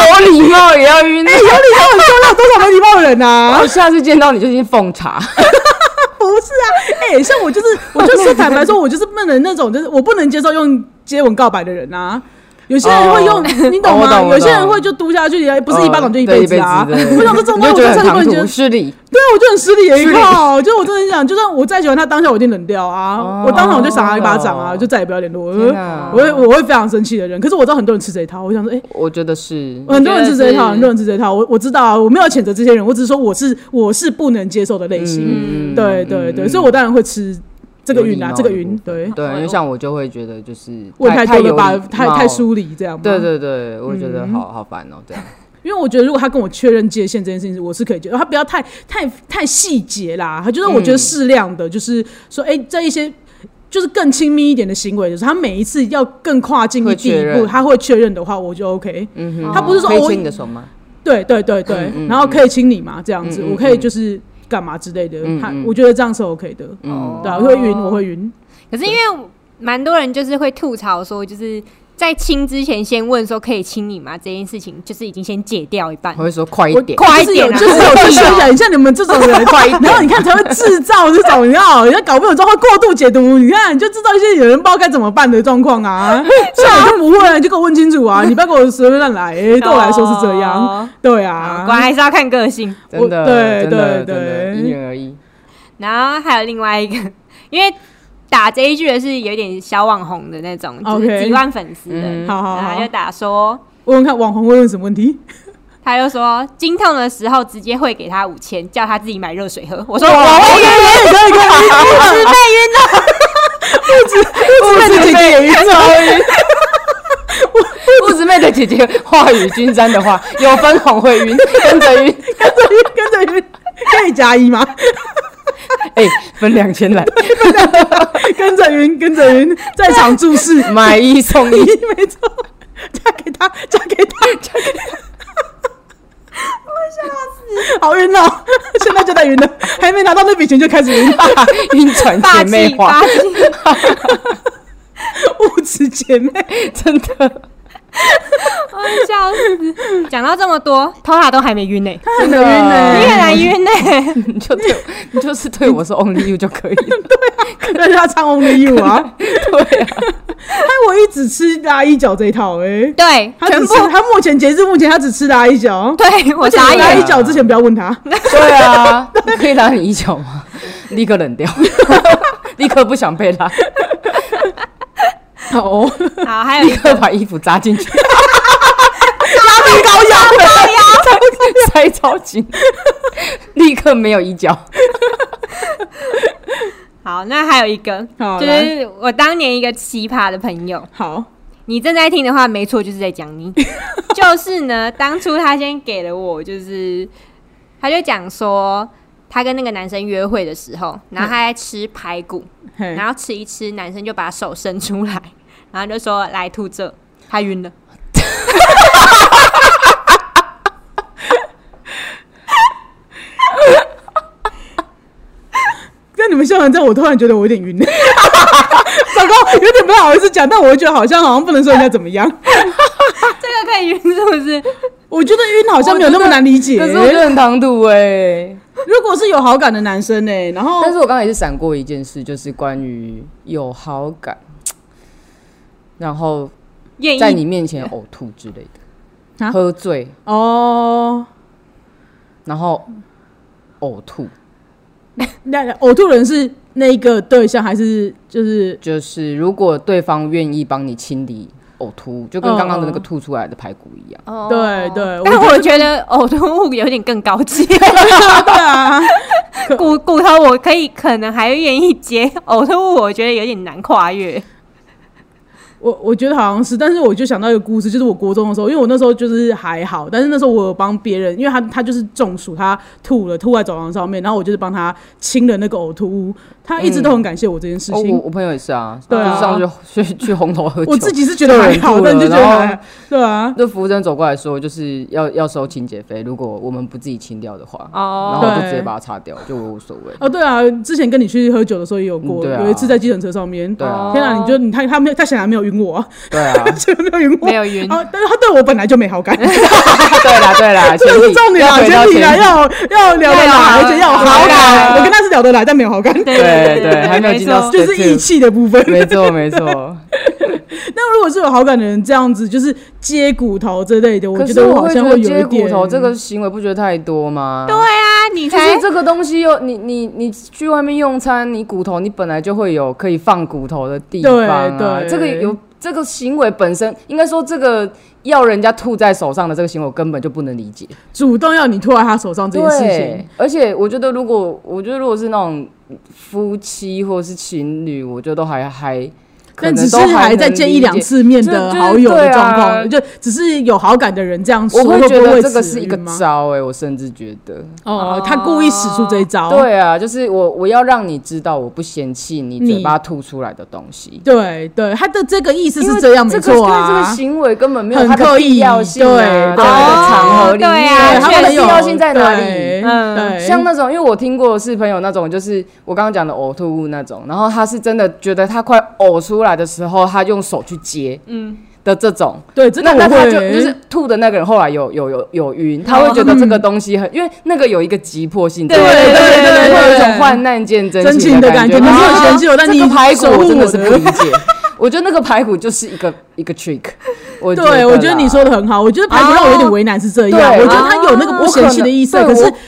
S3: 哎礼貌也要晕。
S1: 有 礼貌很重要，多少没礼貌的人啊？
S3: 我下次见到你就先奉茶，
S1: 不是啊，哎、像我就是，我就是坦白说，我就是不能那种，就是我不能接受用接吻告白的人啊。有些人会用
S3: 哦
S1: 你懂吗？
S3: 我懂我懂
S1: 有些人会就嘟下去，哎不是一巴掌就
S3: 一
S1: 一辈子啊！
S3: 对对
S1: 我想说这种东西，
S3: 你
S1: 我
S3: 就觉
S1: 真的
S3: 得很
S1: 超
S3: 唐
S1: 不能接
S3: 突，失礼。
S1: 对，啊我就很失礼也一
S3: 失礼
S1: 炮。就我真的想，就算我再喜欢他，当下我一定冷掉啊！
S3: 哦
S1: 我当场我就赏他一巴掌啊，
S3: 哦
S1: 就再也不要联络我。
S3: 天哪
S1: 我会我会非常生气的人，可是我知道很多人吃这一套。我想说，哎、
S3: 我觉得是，
S1: 很多人吃这一
S2: 我觉得
S1: 套，
S2: 是
S1: 很多人吃这一套。我我知道啊，我没有谴责这些人，我只是说我是我是不能接受的类型。
S2: 嗯
S1: 对对对，所以我当然会吃这个云啊，
S3: 有礼貌
S1: 这个云，
S3: 的部
S1: 对，
S3: 对，因为像我就会觉得就是
S1: 问太
S3: 太
S1: 多了
S3: 有
S1: 吧，
S3: 礼
S1: 太
S3: 貌
S1: 太。疏离这样吗？
S3: 对，对对，我觉得
S1: 嗯
S3: 好好烦哦，这样。
S1: 因为我觉得如果他跟我确认界限这件事情，我是可以接受，他不要太太太细节啦，他就是我
S3: 嗯
S1: 觉得适量的，就是说，哎，在一些。就是更亲密一点的行为，就是他每一次要更跨进一
S3: 会
S1: 第一
S3: 确
S1: 步，
S3: 认
S1: 他会确认的话，我就 OK。
S3: 嗯
S2: 他不是说
S3: 可以
S1: 我
S3: 牵你的手吗？
S1: 对对对对，
S3: 嗯嗯
S1: 然后可以亲你嘛，这样子，
S3: 嗯嗯
S1: 我可以就是干嘛之类的，
S3: 嗯
S1: 他
S3: 嗯
S1: 我觉得这样是 OK 的。
S3: 嗯
S1: 对啊，我会晕，我会晕。
S2: 可是因为蛮多人就是会吐槽说，就是。在亲之前先问说可以亲你吗？这件事情就是已经先解掉一半
S3: 我。会说哦快一
S1: 我
S3: 点，
S2: 快一
S1: 就是有
S2: 点啊
S1: 就是有这些
S2: 快
S1: 人，像你们这种人，然后你看才会制造这种，你知道，人家搞不懂状况，过度解读，你看你就制造一些有人不知道该怎么办的状况 啊。像我就不会啊，你就跟我问清楚啊，你不要给我随便乱来，
S3: 哦
S1: 哎对我来说是这样，
S2: 哦
S1: 对
S2: 好
S1: 啊
S2: 果。然还是要看个性。
S1: 我
S3: 真的，
S1: 对
S3: 真的，
S1: 对
S3: 真的，
S1: 对
S3: 因人而异。
S2: 然后还有另外一个， 因为打这一句的是有点小网红的那种，就
S1: OK
S2: 是几万粉丝的，
S3: 嗯
S1: 好好
S2: 然后
S1: 好
S2: 他就，打说，
S1: 问问看网红会问什么问 题？
S2: 他就说经痛的时候直接汇给他五千，叫他自己买热水喝。我
S1: 我
S2: 说我
S1: 可以可以可以，我是被
S2: 晕
S1: 的，不止不止被姐姐 也晕了。
S3: 物质妹的姐姐话语均沾的话，有分红会晕，跟着晕，
S1: 跟着晕，跟着晕，可以加一吗？
S3: 哎、分两千来，
S1: 跟着晕，跟着晕，在场注视，
S3: 买一送一，
S1: 没错，嫁给他，嫁给他，嫁给他。我笑死，好晕哦！现在就在晕了，还没拿到那笔钱就开始晕，
S3: 晕船
S2: 霸
S3: 姐
S2: 气
S3: 妹花
S2: 霸，气，
S1: 物质姐妹，
S3: 真的，
S2: 我笑死！讲到这么多，偷塔都还没 晕呢、
S1: 真的晕
S3: 嗯
S2: 你
S1: 呢、
S2: 很难晕呢、
S3: 你就对我，你就是对我说 only you 就可以了。
S1: 那是他唱 Only You 啊！
S3: 对啊，
S1: 哎，我一直吃拉一脚这一套哎、
S2: 对，
S1: 他
S2: 全
S1: 只
S2: 部
S1: 吃，他目前截至目前他只吃拉一 脚，
S2: 对我
S1: 而且
S2: 傻
S1: 拉
S2: 眼。
S1: 一脚之前不要问他，
S3: 对啊，可以拉你一脚吗？立刻冷掉， 立刻不想被拉，
S1: 哦，
S2: 好，还有
S3: 立
S2: 一
S3: 刻
S2: 个，
S3: 把衣服扎 进去，
S1: 拉高腰，
S3: 塞超紧，立刻没有一脚。
S2: 好，那还有一个，
S1: 好
S2: 就
S1: 来
S2: 是我当年一个奇葩的朋友，
S1: 好，
S2: 你正在听的话，没错，就是在讲你。 就是呢，当初他先给了我，就是他就讲说，他跟那个男生约会的时候，然后他在吃排骨，
S1: 嘿
S2: 然后吃一吃，男生就把手伸出来，然后就说来吐这，他晕了。
S1: 在你们笑完之后，我突然觉得我有点晕， 糟糕，有点不太好意思讲，但我又觉得好像好像不能说人家怎么样。
S2: 这个可以晕是不是？
S1: 我觉得晕好像没有那么难理解。
S3: 可是我觉得很唐突哎、
S1: 如果是有好感的男生呢、然后
S3: 但是我刚才也是闪过一件事，就是关于有好感，然后
S2: 愿
S3: 在
S2: 意
S3: 你面前呕吐之类的，
S1: 啊
S3: 喝醉
S1: 哦，
S3: 然后呕吐，
S1: 那呕吐人是那一个对象还是就是
S3: 就是如果对方愿意帮你清理呕吐，就跟刚刚的那个
S1: 嗯嗯
S3: 吐出来的排骨一样。
S2: 哦
S1: 对对
S2: 但
S1: 我
S2: 我觉得呕吐物有点更高级，
S1: 对啊？
S2: 骨骨头我可以可能还愿意接，呕吐物我觉得有点难跨越。
S1: 我我觉得好像是，但是我就想到一个故事，就是我国中的时候，因为我那时候就是还好，但是那时候我有帮别人，因为他他就是中暑，他吐了，吐在走廊上面，然后我就是帮他清了那个呕吐物，他一直都很感谢我这件事
S3: 哦，
S1: 情。
S3: 我我朋友也是啊，
S1: 对啊
S3: 就是上去去去红楼喝酒，
S1: 我自己是觉得还好，
S3: 就
S1: 但
S3: 忍
S1: 就
S3: 住
S1: 觉
S3: 了
S1: 得还
S3: 然
S1: 好对啊，
S3: 就服务生走过来说，就是要要收清洁费，如果我们不自己清掉的话，然
S2: 哦
S3: 后我就
S1: 对
S3: 直接把它擦掉，就我无所谓。
S1: 哦对啊，之前跟你去喝酒的时候也有过，
S3: 嗯对啊
S1: 有一次在计程车上面，
S3: 对啊，
S1: 天啊，你就你他他没有他显然没有晕我、啊，
S3: 对啊，
S1: 显然没有晕我，
S2: 没有晕。
S1: 啊，但是他对我本来就没好感，
S3: 对啦对啦，
S1: 这是重点啊，
S3: 前提
S1: 前
S3: 要回到
S1: 提啊，
S3: 前提
S1: 要要聊得
S2: 要有
S1: 来，
S2: 好
S1: 而且要有
S2: 好
S1: 好感。
S2: 感
S1: 我跟他是聊得来，但没有好感，
S2: 对
S3: 对对还没有
S2: 没
S3: 进到
S2: 错
S3: 对
S1: 就是义气的部分。
S3: 没错没错。
S1: 那如果是有好感的人这样子，就是接骨头之类的，我
S3: 可
S1: 觉
S3: 是
S1: 得我
S3: 我
S1: 好
S3: 会
S1: 像会
S3: 觉
S1: 有
S3: 得
S1: 一
S3: 接骨
S1: 点
S3: 头这个行为不觉得太多吗？
S2: 对啊，你
S3: 就
S2: 才
S3: 是这个东西又你你你去外面用餐，你骨头你本来就会有可以放骨头的地方啊。
S1: 对对
S3: 这个有这个行为本身，应该说这个要人家吐在手上的这个行为，我根本就不能理解。
S1: 主动要你吐在他手上这件事情
S3: 对，，而且我觉得如果我觉得如果是那种夫妻或是情侣，我觉得都还还。可
S1: 但
S3: 能
S1: 只是
S3: 都还
S1: 在
S3: 能
S1: 见
S3: 理
S1: 一两
S3: 解
S1: 次面的
S3: 就
S1: 好友的
S3: 就是对
S1: 状
S3: 啊
S1: 况，就只是有好感的人这样说，
S3: 我
S1: 会
S3: 会
S1: 不
S3: 觉
S1: 会
S3: 得
S1: 为
S3: 这个
S1: 此
S3: 是一
S1: 晕
S3: 个
S1: 吗
S3: 招哎、我甚至觉得，
S1: 哦，他故意使出这一招，
S3: 对啊，就是我我要让你知道我不嫌弃你嘴巴吐出来的东西，
S1: 对对，他的这个意思
S3: 因
S1: 是
S3: 为
S1: 这样，没
S3: 个
S1: 错
S3: 对这个
S1: 啊。
S3: 行为根本没有
S1: 很
S3: 它的
S1: 刻意
S3: 必要性
S1: 对
S3: 啊，在
S1: 对
S3: 这个场合里
S2: 对
S3: 面，
S2: 啊
S3: 它
S2: 确
S3: 的
S2: 实
S3: 必
S1: 有
S3: 要性在哪里？
S1: 对
S2: 嗯
S1: 对，
S3: 像那种，因为我听过的是朋友那种，就是我刚刚讲的呕吐物那种，然后他是真的觉得他快呕出来的时候，他用手去接，嗯，的这种，
S1: 对，真的
S3: 那
S1: 我
S3: 那他
S1: 会
S3: 就就是吐的那个人后来有有有有晕，他会觉得这个东西很，因为那个有一个急迫性，
S2: 对
S3: 对
S1: 对对
S3: 会有一种
S1: 对
S3: 患难见真
S1: 真
S3: 情
S1: 情的感
S3: 感
S1: 觉你没有
S3: 啊
S1: 嫌弃我但
S3: 这
S1: 你
S3: 个排骨
S1: 守
S3: 我
S1: 护
S3: 真的
S1: 我
S3: 是
S1: 的
S3: 不理解， 我觉得那个排骨就是一个一个 trick，我觉
S1: 对，我觉得
S3: 得啦哦
S1: 你说的很好。我觉得排骨让我有点为难是这样，
S3: 对哦
S1: 我觉得他有那个不嫌弃的意思，啊
S3: 我可
S1: 可
S3: 能
S1: 是
S3: 对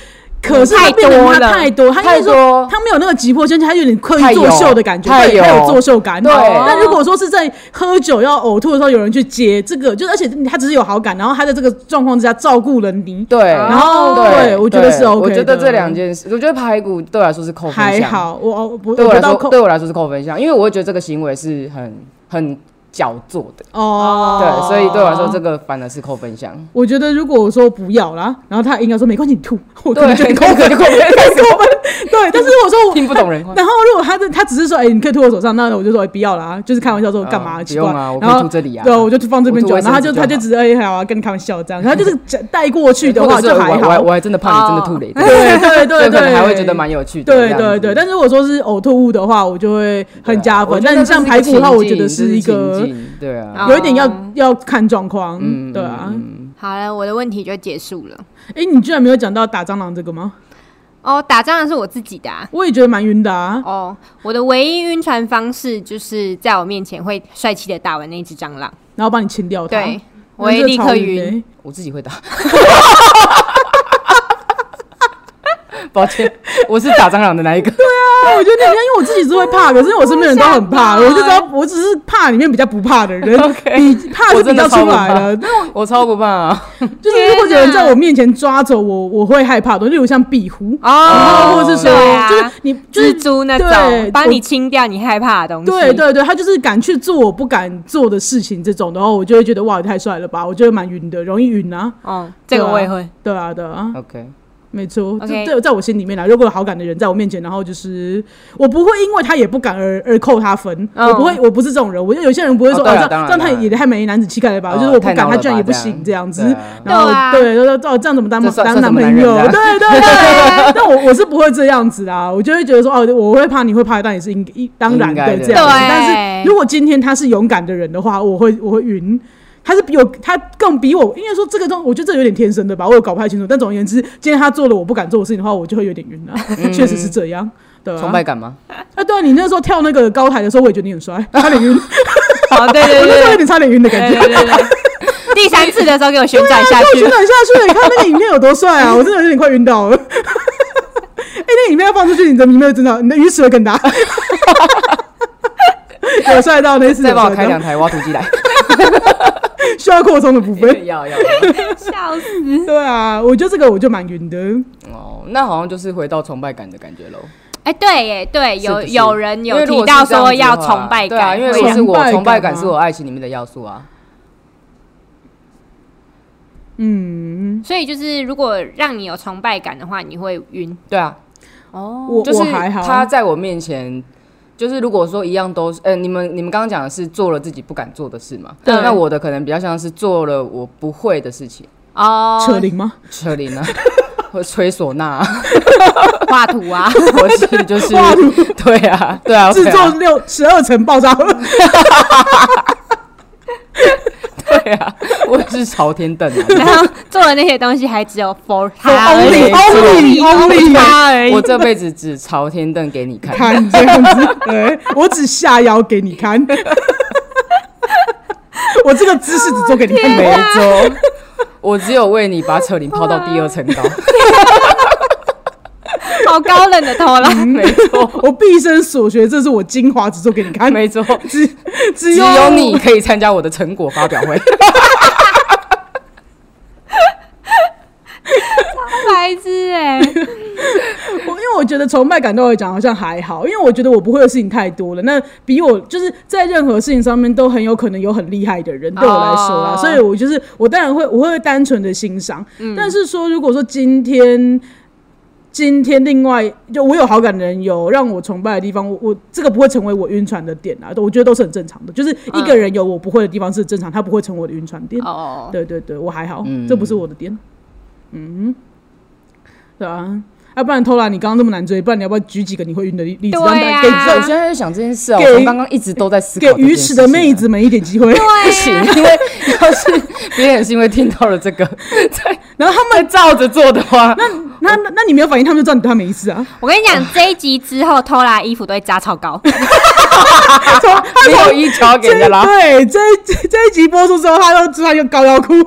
S1: 可是他
S2: 太
S1: 变成
S2: 多
S1: 他
S2: 了
S1: 太多，他应
S3: 太
S1: 该说
S3: 多。
S1: 他没有那个急迫性，他有点刻
S3: 太
S1: 意
S3: 有
S1: 作秀的感觉，
S3: 太
S1: 对，
S3: 有
S1: 他有作秀感。
S3: 对
S1: 那如果说是在喝酒要呕吐的时候有人去接这个，就而且他只是有好感，然后他在这个状况之下照顾了你，
S3: 对，
S1: 然后
S3: 哦对，
S1: 啊对我觉得是
S3: 对
S1: OK
S3: 我觉得
S1: 的
S3: 这两件事，我觉得排骨对我来说是扣分
S1: 还
S3: 项，
S1: 好，我我不
S3: 对
S1: 我
S3: 我
S1: 不
S3: 来
S1: 到
S3: 说，
S1: 扣
S3: 对我来说是扣分项，因为我会觉得这个行为是很很矫作的，
S1: 哦，
S3: 对，所以对我来说这个反而是扣分项。
S1: 我觉得如果我说不要啦，然后他应该说没关系，你吐，我 可
S3: 对，
S1: 能就
S3: 就
S1: 很
S3: 扣
S1: 扣
S3: 分
S1: 分
S3: 就扣分，
S1: 对，但是我说我
S3: 听不懂人话。
S1: 然后如果他这他只是说，哎、你可以吐我手上，那我就说、哎不要啦，就是开玩笑说干嘛、
S3: 嗯不
S1: 奇怪，
S3: 用啊，我可
S1: 然
S3: 以
S1: 后
S3: 住这里啊。
S1: 对，我就放这边
S3: 我
S1: 就好，
S3: 吐卫
S1: 然后他
S3: 生
S1: 就
S3: 纸就
S1: 他就
S3: 好
S1: 只是哎好啊，跟你开玩笑这样，然后就是讲带过去的
S3: 或
S1: 话
S3: 者是
S1: 就
S3: 我
S1: 还
S3: 我还
S1: 好。哦
S3: 我还真的怕你真的吐雷，
S1: 对对
S3: 所
S1: 对
S3: 以可能
S1: 对，
S3: 还会觉得蛮有趣的这
S1: 对
S3: 样子。啊
S1: 对对，但是如果说是呕吐物的话，我就会很加分。
S3: 我觉得
S1: 但
S3: 这
S1: 你
S3: 是
S1: 像
S3: 一个
S1: 排骨的话，
S3: 情
S1: 我觉
S3: 境
S1: 得
S3: 这是
S1: 一个
S3: 情境对啊，
S2: 啊
S1: 有一点要
S2: 哦
S1: 要看状况，
S3: 嗯，
S1: 对啊。
S3: 嗯
S2: 好了，我的问题就结束了。
S1: 哎，你居然没有讲到打蟑螂这个吗？
S2: 哦，打仗的是我自己的、啊。
S1: 我也觉得蛮晕的啊。
S2: 哦，我的唯一晕船方式就是在我面前会帅气的打完那只蟑螂，
S1: 然后帮你清掉它，
S2: 对
S1: 那
S2: 我会
S1: 这
S2: 立
S1: 超
S2: 刻
S1: 晕
S2: 晕。
S1: 欸。
S3: 我自己会打。 抱歉，我是打蟑螂的那 一个。
S1: 啊，我觉得那天因为我自己是会怕，可是因为我身边人都很怕，
S2: 好
S1: 我
S2: 吓到欸
S1: 就知道我只是怕里面比较不怕的人，
S3: OK，
S1: 怕是比较出来
S3: 我
S1: 的。但
S3: 我超不怕啊。
S1: 就是如果有人在我面前抓走我，我会害怕的，例如像壁虎，然后
S2: 哦，
S1: 或是说
S2: 对啊、
S1: 就是你就是
S2: 蜘蛛那
S1: 对
S2: 种，帮
S1: 我
S2: 你清掉你害怕的东西。
S1: 对对对，他就是敢去做我不敢做的事情，这种的话，我就会觉得哇，太帅了吧，我就会蛮晕的，容易晕啊。
S2: 哦，这个我也会。
S1: 对啊，对啊，
S3: OK，
S1: 没错，这
S2: OK
S1: 这在我心里面啦。如果有好感的人在我面前，然后就是我不会因为他也不敢而而扣他分，
S2: 嗯
S1: 我不会，我不是这种人。我就有些人不会说，
S3: 哦对
S1: 哦
S3: 啊
S1: 这
S3: 当
S1: 样
S3: 然
S1: 这样他
S3: 当然
S1: 也太没男子气概了吧？
S3: 哦
S1: 就是我不
S3: 太孬
S1: 敢，
S3: 了
S1: 他居然
S3: 吧
S1: 也不
S3: 这样
S1: 行这样
S3: 对
S1: 子
S3: 啊。
S1: 然后
S2: 对啊
S1: 对，都说哦这样怎么当
S3: 这算
S1: 当
S3: 算什
S1: 男
S3: 么
S1: 朋
S3: 男人
S1: 友？
S3: 啊
S1: 对对对。 但我我是不会这样子啊，我就会觉得说哦，我会怕你会怕，但也是应应当然
S3: 应该
S1: 的
S3: 的
S1: 这样子。
S2: 对
S1: 但是如果今天他是勇敢的人的话，我会我会晕。他是比我，他更比我，应该说这个东，我觉得这有点天生的吧，我也搞不太清楚。但总而言之，今天他做了我不敢做的事情的话，我就会有点晕了、确实是这样，对
S3: 嗯崇
S1: 吧、
S3: 拜
S1: 啊？
S3: 感吗？
S1: 啊，对啊，你那时候跳那个高台的时候，我也觉得你很帅，差点 晕，我
S2: 哦，对对
S1: 那时候有
S2: 对
S1: 点差点晕的感
S2: 对
S3: 哎
S1: 觉。哎
S2: 对对对。 第三次的时候给我旋转下
S1: 我
S2: 去
S1: 旋，转下去，你看那个影片有多帅 啊！我真的有点快晕倒了。哎、那影片要放出去，你的迷妹真的，你的鱼池会更 大。有帅到那一次有
S3: 再帮我
S1: 帅
S3: 开两
S1: 到，
S3: 台挖土 机来。
S1: 需要扩充的部分。
S3: 要要。
S2: 笑死！
S3: 嗯
S1: 对啊，我觉得这个我就蛮晕的。
S3: 哦，那好像就是回到崇拜感的感觉喽。
S2: 哎，对耶，对，有
S3: 是不是
S2: 有人
S3: 因
S2: 有
S3: 为如
S2: 提
S3: 果
S2: 到
S3: 是这样
S2: 说
S3: 子的
S2: 要
S3: 话
S2: 崇拜
S3: 对啊，
S2: 感，
S3: 因为
S2: 我
S3: 如果
S2: 也
S3: 是我崇
S1: 崇
S3: 拜
S1: 拜
S3: 感
S1: 感
S3: 是我爱情里面的要素啊。
S1: 嗯，
S2: 所以就是如果让你有崇拜感的话，你会晕
S3: 对啊，
S2: 哦。
S1: 我
S3: 就是
S1: 我还好啊，
S3: 他在我面前，就是如果说一样都是，呃，你们你们刚刚讲的是做了自己不敢做的事嘛？
S2: 对
S3: 那我的可能比较像是做了我不会的事情，
S1: 扯
S2: 哦，
S1: 铃吗？
S3: 车铃啊，或吹唢呐啊，
S2: 画图啊，
S3: 或是就是
S1: 画图
S3: 对啊，对啊，
S1: 制
S3: 对
S1: 作
S3: 啊
S1: 六十二层爆炸，
S3: 对啊，我是朝天凳啊。
S2: 然后做的那些东西还只有 for 他而
S1: only
S2: 已
S1: only only
S2: 他而已
S3: 我。这辈子只朝天凳给你看，
S1: 哎看这样子，对我只下腰给你看，我这个姿势只做给你看
S3: 没
S1: 的。
S3: 错，我只有为你把扯铃抛到第二层高，
S2: 好高冷的头啦！
S3: 没错，
S1: 我毕生所学，这是我精华，只做给你看。
S3: 没错，
S1: 只只
S3: 只
S1: 有
S3: 有你可以参加我的成果发表会。
S2: 白痴哎、
S3: 嗯
S1: 我因为我觉得崇拜感对我来讲好像还好，因为我觉得我不会的事情太多了。那比我就是在任何事情上面都很有可能有很厉害的人，对我来说啦，
S2: 哦
S1: 所以我就是我当然会我会单纯的欣赏，但是说如果说今天。今天另外就我有好感的人有让我崇拜的地方，我我这个不会成为我晕船的点啊，我觉得都是很正常的。就是一个人有我不会的地方是正常，他不会成为我的晕船点。
S2: 哦，
S1: 对对对，我还好，
S3: 嗯
S1: 这不是我的点。嗯，对啊。哎、要、不然偷懒，你刚刚那么难追，不然你要不要举几个你会晕的例例子，让
S2: 对
S1: 大家
S2: 啊
S1: 给
S3: 你知道我现在在想这件事啊，
S1: 给
S3: 我从刚刚一直都在思考
S1: 给
S3: 这件
S1: 愚
S3: 事
S1: 痴
S3: 情
S1: 的
S3: 啊
S1: 妹子们一点机会。
S3: 不行，
S2: 啊
S3: 因为 要是别人是因为听到了这个，
S1: 然后他们
S3: 再照着做的话，
S1: 那那那你没有反应，他们就知道你对他没意思啊。
S2: 我跟你 讲，这一集之后偷拉衣服都会扎超高，
S3: 没有一条给
S1: 这
S3: 人家拉。
S1: 对这一这这一集播出之后，他都知道一个高腰裤。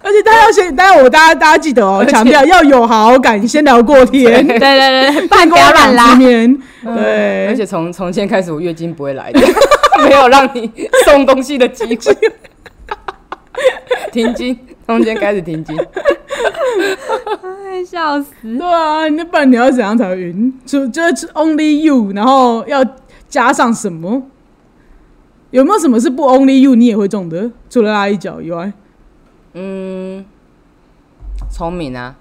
S1: 而且大家要先，大家我大家大家记得哦，强调要有好感，先聊过天，
S2: 对对对，不然
S1: 先
S2: 不
S1: 过
S2: 要乱
S1: 两
S2: 拉嗯
S1: 次。面。对，
S3: 而且从从今天开始，我月经不会来的， 没有让你送东西的机会。停经，从今天开始停经。
S2: 哎笑死！
S1: 对啊，那不然你要怎样才会晕？就就是 only you，然后要加上什么？有没有什么是不 only you 你也会中的？除了拉一脚以外，
S3: 嗯，聪明啊，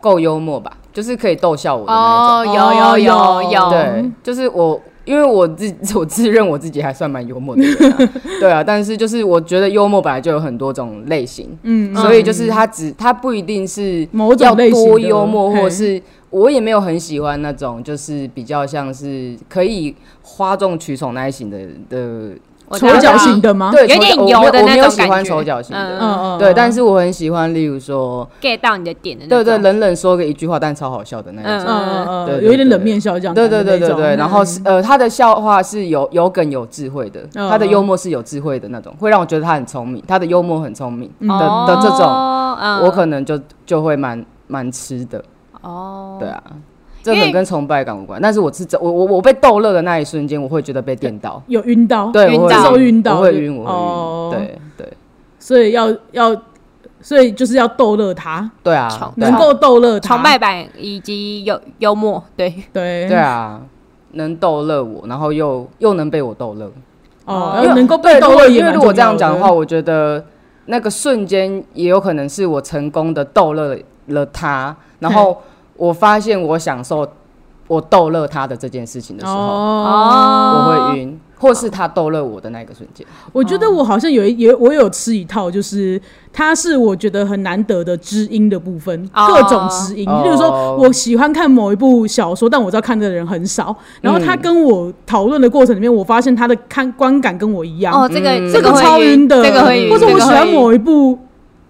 S3: 够幽默吧，就是可以逗笑我的那一种。哦
S2: 哦，有有有有，
S3: 对，就是我，因为我自 我自认我自己还算蛮幽默的人、啊，对啊，但是就是我觉得幽默本来就有很多种类型，
S1: 嗯，
S3: 所以就是他只他不一定是
S1: 某种
S3: 要
S1: 类型的
S3: 多幽默，
S1: 嘿
S3: 或者是我也没有很喜欢那种就是比较像是可以哗众取宠那一型的的，
S2: 我
S1: 丑
S2: 知道
S1: 角型，的吗？
S3: 对，
S2: 有点
S3: 丑角
S2: 油的
S3: 我没有我没有
S2: 那种
S3: 喜
S2: 感
S3: 欢
S2: 觉
S3: 丑角型的，
S1: 嗯，嗯嗯，
S3: 对，但是我很喜欢，例如说，
S2: get 到你的点的那
S3: 对
S2: 种。
S3: 对，冷冷说个一句话，但超好笑的那一
S1: 嗯
S2: 嗯
S3: 种。
S1: 嗯嗯
S3: 对
S1: 嗯，
S3: 对
S1: 有一点
S3: 对
S1: 冷面笑匠感
S3: 对
S1: 的
S3: 对
S1: 那种，
S3: 对对对，然后是呃，他的笑话是有有梗有智慧的，
S1: 嗯
S3: 他的幽默是有智慧的那种，会让我觉得他很聪明，他的幽默很聪明
S1: 嗯
S3: 的
S2: 哦
S3: 的这种，
S2: 嗯
S3: 我可能就就会蛮蛮吃的，
S2: 哦，
S3: 对啊，这
S2: 因为
S3: 很跟崇拜感无关，但是我是真我我我被逗乐的那一瞬间，我会觉得被电到，
S1: 有晕到，
S3: 对，我
S2: 晕
S3: 会
S2: 到
S1: 受哦晕到
S3: 我会晕，我
S1: 哦
S3: 会晕，对对
S1: 所以要要，所以就是要逗乐他，
S3: 对
S2: 崇
S3: 啊，对
S1: 能
S3: 啊
S1: 够逗乐他，
S2: 崇拜版以及幽幽默，对，
S1: 对
S3: 对啊，能逗乐我，然后又又能被我逗乐，
S1: 哦，
S3: 因为
S1: 要能够被
S3: 呃对
S1: 逗
S3: 如果
S1: 乐也
S3: 因为
S1: 蛮
S3: 如
S1: 重要
S3: 果这样讲的话，，我觉得那个瞬间也有可能是我成功的逗乐了他，然后我发现我享受我逗乐他的这件事情的时候，
S1: 哦
S2: 哦
S3: 我会晕，或是他逗乐我的那个瞬间。
S1: 我觉
S2: 嗯
S1: 得我好像有一也我有吃一套，就是它是我觉得很难得的知音的部分，
S2: 哦
S1: 各种知音。
S3: 哦
S1: 例如说，我喜欢看某一部小说，但我知道看的人很
S2: 嗯
S1: 少，然后他跟我讨论的过程里面，我发现他的看观感跟我一样，
S2: 哦，这个、
S3: 嗯
S1: 这个
S2: 会
S1: 超晕的，
S2: 这个会晕，
S1: 或者
S2: 这
S1: 我
S2: 个
S1: 喜欢
S2: 会晕
S1: 某一部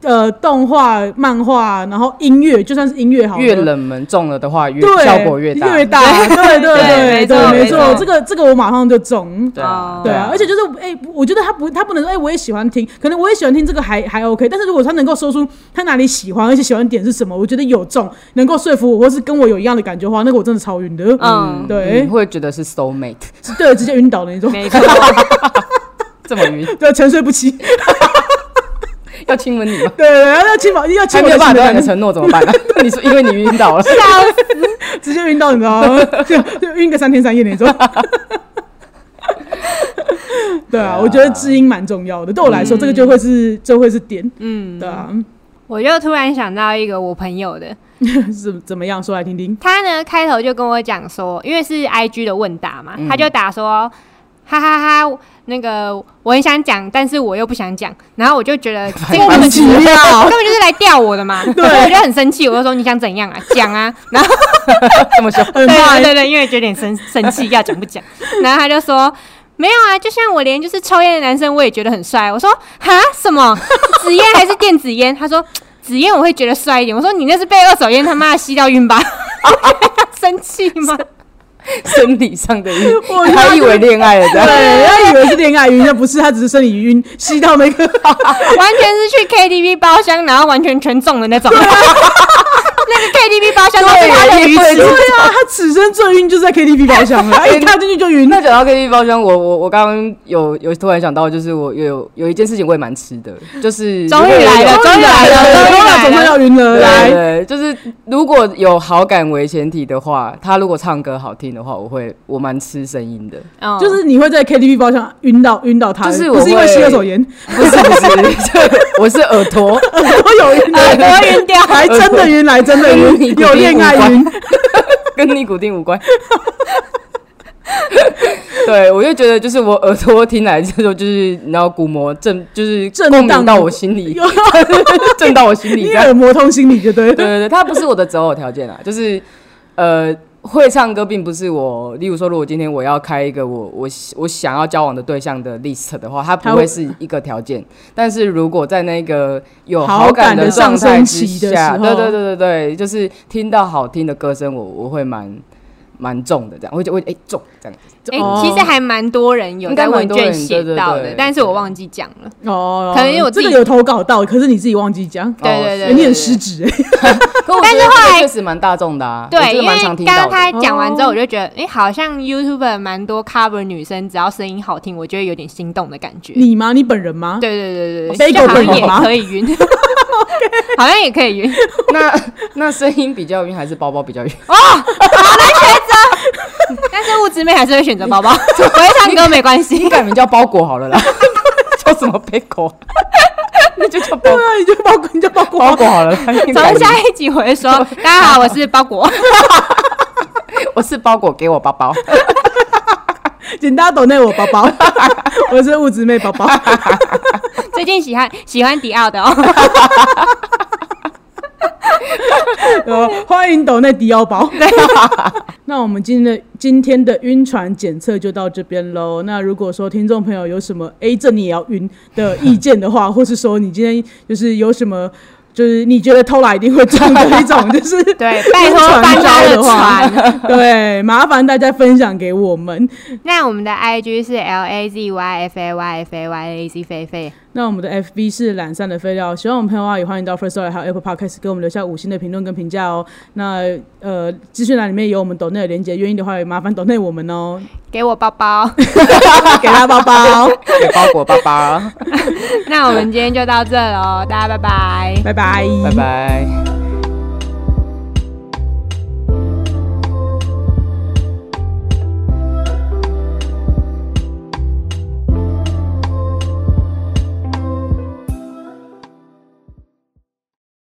S1: 呃动画、漫画，然后音乐，就算是音乐好了，
S3: 越冷门中了的话，越
S1: 对
S3: 效果越大。
S1: 越大，对对
S2: 对
S1: 对
S2: 没错
S1: 没
S2: 没错
S1: 错，这个这个我马上就中。
S3: 对啊
S2: 哦，
S1: 对啊，而且就是哎、我觉得他不，他不能说哎、我也喜欢听，可能我也喜欢听这个还还 OK，但是如果他能够说出他哪里喜欢，而且喜欢点是什么，我觉得有中，能够说服我，或是跟我有一样的感觉的话，那个我真的超晕的，
S2: 嗯，
S1: 对、
S3: 你会觉得是 soul mate
S1: 对，直接晕倒的那种，
S2: 没错，
S3: 这么晕，
S1: 对，啊沉睡不起，对
S3: 要亲吻你吗？
S1: 对对，要亲饱， 要亲
S3: 还
S1: 我
S3: 没有
S1: 的心
S3: 办法得到你的
S1: 的，
S3: 承诺怎么办呢、 你说因为你晕 倒
S1: 啊
S3: 了，
S1: 直接晕到，你知道吗？ 就就晕个三天三夜那种。 对啊，我觉得知音蛮重要的，对我来说，这个就会是这会是点，
S2: 嗯，
S1: 对啊，
S2: 我就突然想到一个我朋友的，
S1: 是怎么样说来听听？
S2: 他呢开头就跟我讲说，因为是 I G 的问答嘛，
S1: 嗯
S2: 他就打说，哈哈哈。那个我很想讲，但是我又不想讲，然后我就觉 得这个根本就是
S1: 啊
S2: 根本就是来吊我的嘛，所以我就很生气，我就说你想怎样啊，讲啊，然后
S3: 这么凶，
S1: 很
S2: 对
S1: 慢
S2: 对对对，因为觉得有点生生气，要讲不讲？然后他就说没有啊，就像我连就是抽烟的男生我也觉得很帅。我说哈什么纸烟还是电子烟？他说纸烟我会觉得帅一点。我说你那是被二手烟他妈的吸到晕吧？ 生气吗？
S3: 生理上的晕，
S1: 我
S3: 还以为恋爱了，这样
S1: 对，他以为是恋爱晕，那不是，他只是生理晕，吸到那 个。
S2: 完全是去 KTV 包厢，然后完全全中的那种。那 个 KTV 包厢都是他的鱼
S1: 对
S2: 池，
S1: 啊，他此生最晕就是在 KTV 包厢了，他一踏进去就晕。
S3: 那讲到 KTV 包厢，我我我刚刚有有突然想到，就是我有有一件事情我也蛮吃的， 就是
S2: 终于来了终于来了
S1: 啊对啊
S2: 终于来了
S1: 总算要晕了，
S3: 对
S1: 来，
S3: 对，就是如果有好感为前提的话，他如果唱歌好听的话，我会我蛮吃声音的，
S2: 嗯
S1: 就是你会在 KTV 包厢晕到晕到他，
S3: 就是我
S1: 不是因为
S3: 会
S1: 吸二手烟，
S3: 不是不是， 这我是耳朵，
S1: 我有晕
S2: 耳朵
S1: 的，
S2: 晕掉。
S1: 来真的晕，来真的
S3: 你
S1: 晕，有恋爱晕，
S3: 跟尼古丁无关。对，我就觉得就是我耳朵听来这种就是你知道鼓膜震，就是
S1: 震
S3: 共
S1: 荡
S3: 鸣到我 心里， 震到我心里
S1: 你
S3: 这样。
S1: 耳膜通心理就对
S3: 对
S1: 了。
S3: 对对，它不是我的择偶条件啊， 就是呃，会唱歌并不是我，例如说，如果今天我要开一个我我我想要交往的对象的 list 的话，它
S1: 它
S3: 不
S1: 会
S3: 会是一个条件。但是如果在那个有
S1: 好感
S3: 感
S1: 的
S3: 状
S1: 上
S3: 态
S1: 升
S3: 之
S1: 期的
S3: 下，
S1: 时
S3: 对对
S1: 候
S3: 对对对，就是听到好听的歌声，我我会蛮蛮重的这样，我会觉得哎、重这样，
S2: 哎、
S1: 哦
S2: 其实还蛮多人有
S3: 应
S2: 在
S3: 该
S2: 问
S3: 蛮多人
S2: 卷写到的，
S3: 对对对
S2: 但是我忘记讲了。
S1: 哦，
S2: 可能因为我自
S1: 这
S2: 己
S1: 个有投稿到，可是你自己忘记讲，
S2: 对
S3: 哦
S2: 对对
S1: 欸你很失职哎。
S3: 可我
S2: 但是
S3: 觉得
S2: 后
S3: 这个
S2: 来
S3: 确实蛮大众的啊，我
S2: 对，
S3: 真
S2: 因
S3: 的
S2: 为
S3: 蛮常
S2: 刚
S3: 听到
S2: 刚
S3: 的。
S2: 他讲完之后，
S1: 哦
S2: 我就觉得，哎、好像 YouTube 蛮多 cover 女生，只要声音好听，我就会有点心动的感觉。
S1: 你吗？你本人吗？
S2: 对对对对
S1: 哦
S2: 对，就
S1: Bagel
S2: 好像
S1: 本人
S2: 也
S1: 吗
S2: 可以晕， 好像也可以晕。
S3: 那 那声音比较晕还是包包比较晕？
S2: 但是物质妹还是会选择包 包，不会唱歌没关系
S3: 你。改名叫包裹好了啦， 叫什么 pickle？那就叫包
S1: 对啊，你就包括你就包括
S3: 哦包裹好了啦。你改
S2: 从
S3: 名
S2: 下一集我会说，大家好，我是包裹。
S3: 我是包裹，给我包包。
S1: 请大家抖内我包包， 我是物质妹包 包。
S2: 最近喜欢喜欢迪奥的哦，
S1: 呃，欢迎抖内迪奥包。
S3: 啊
S1: 那我们今天的今天的晕船检测就到这边喽。那如果说听众朋友有什么 A 这你也要晕的意见的话，或 是说你今天就是有什么。就是你觉得偷懒一定会中的一种， 就是
S2: 对，拜托
S1: 晕船
S2: 翻他
S1: 招
S2: 的
S1: 的话
S2: 船。
S3: 啊
S1: 对，麻烦大家分享给我们。
S2: 那我们的 IG 是 L A Z Y F A Y F A Y A Z 菲菲。
S1: 那我们的 FB 是懒散的废料，喜欢我们朋友啊，也欢迎到 First Story 还有 Apple Podcast 给我们留下五星的评论跟评价哦。那呃，资讯栏里面有我们抖内的连接，愿意的话也麻烦抖内我们哦，
S2: 给我包包。
S1: 给他包包，
S3: 给包裹包包，
S2: 那我们今天就到这喽，大家拜拜。
S1: 拜拜，
S3: 拜拜。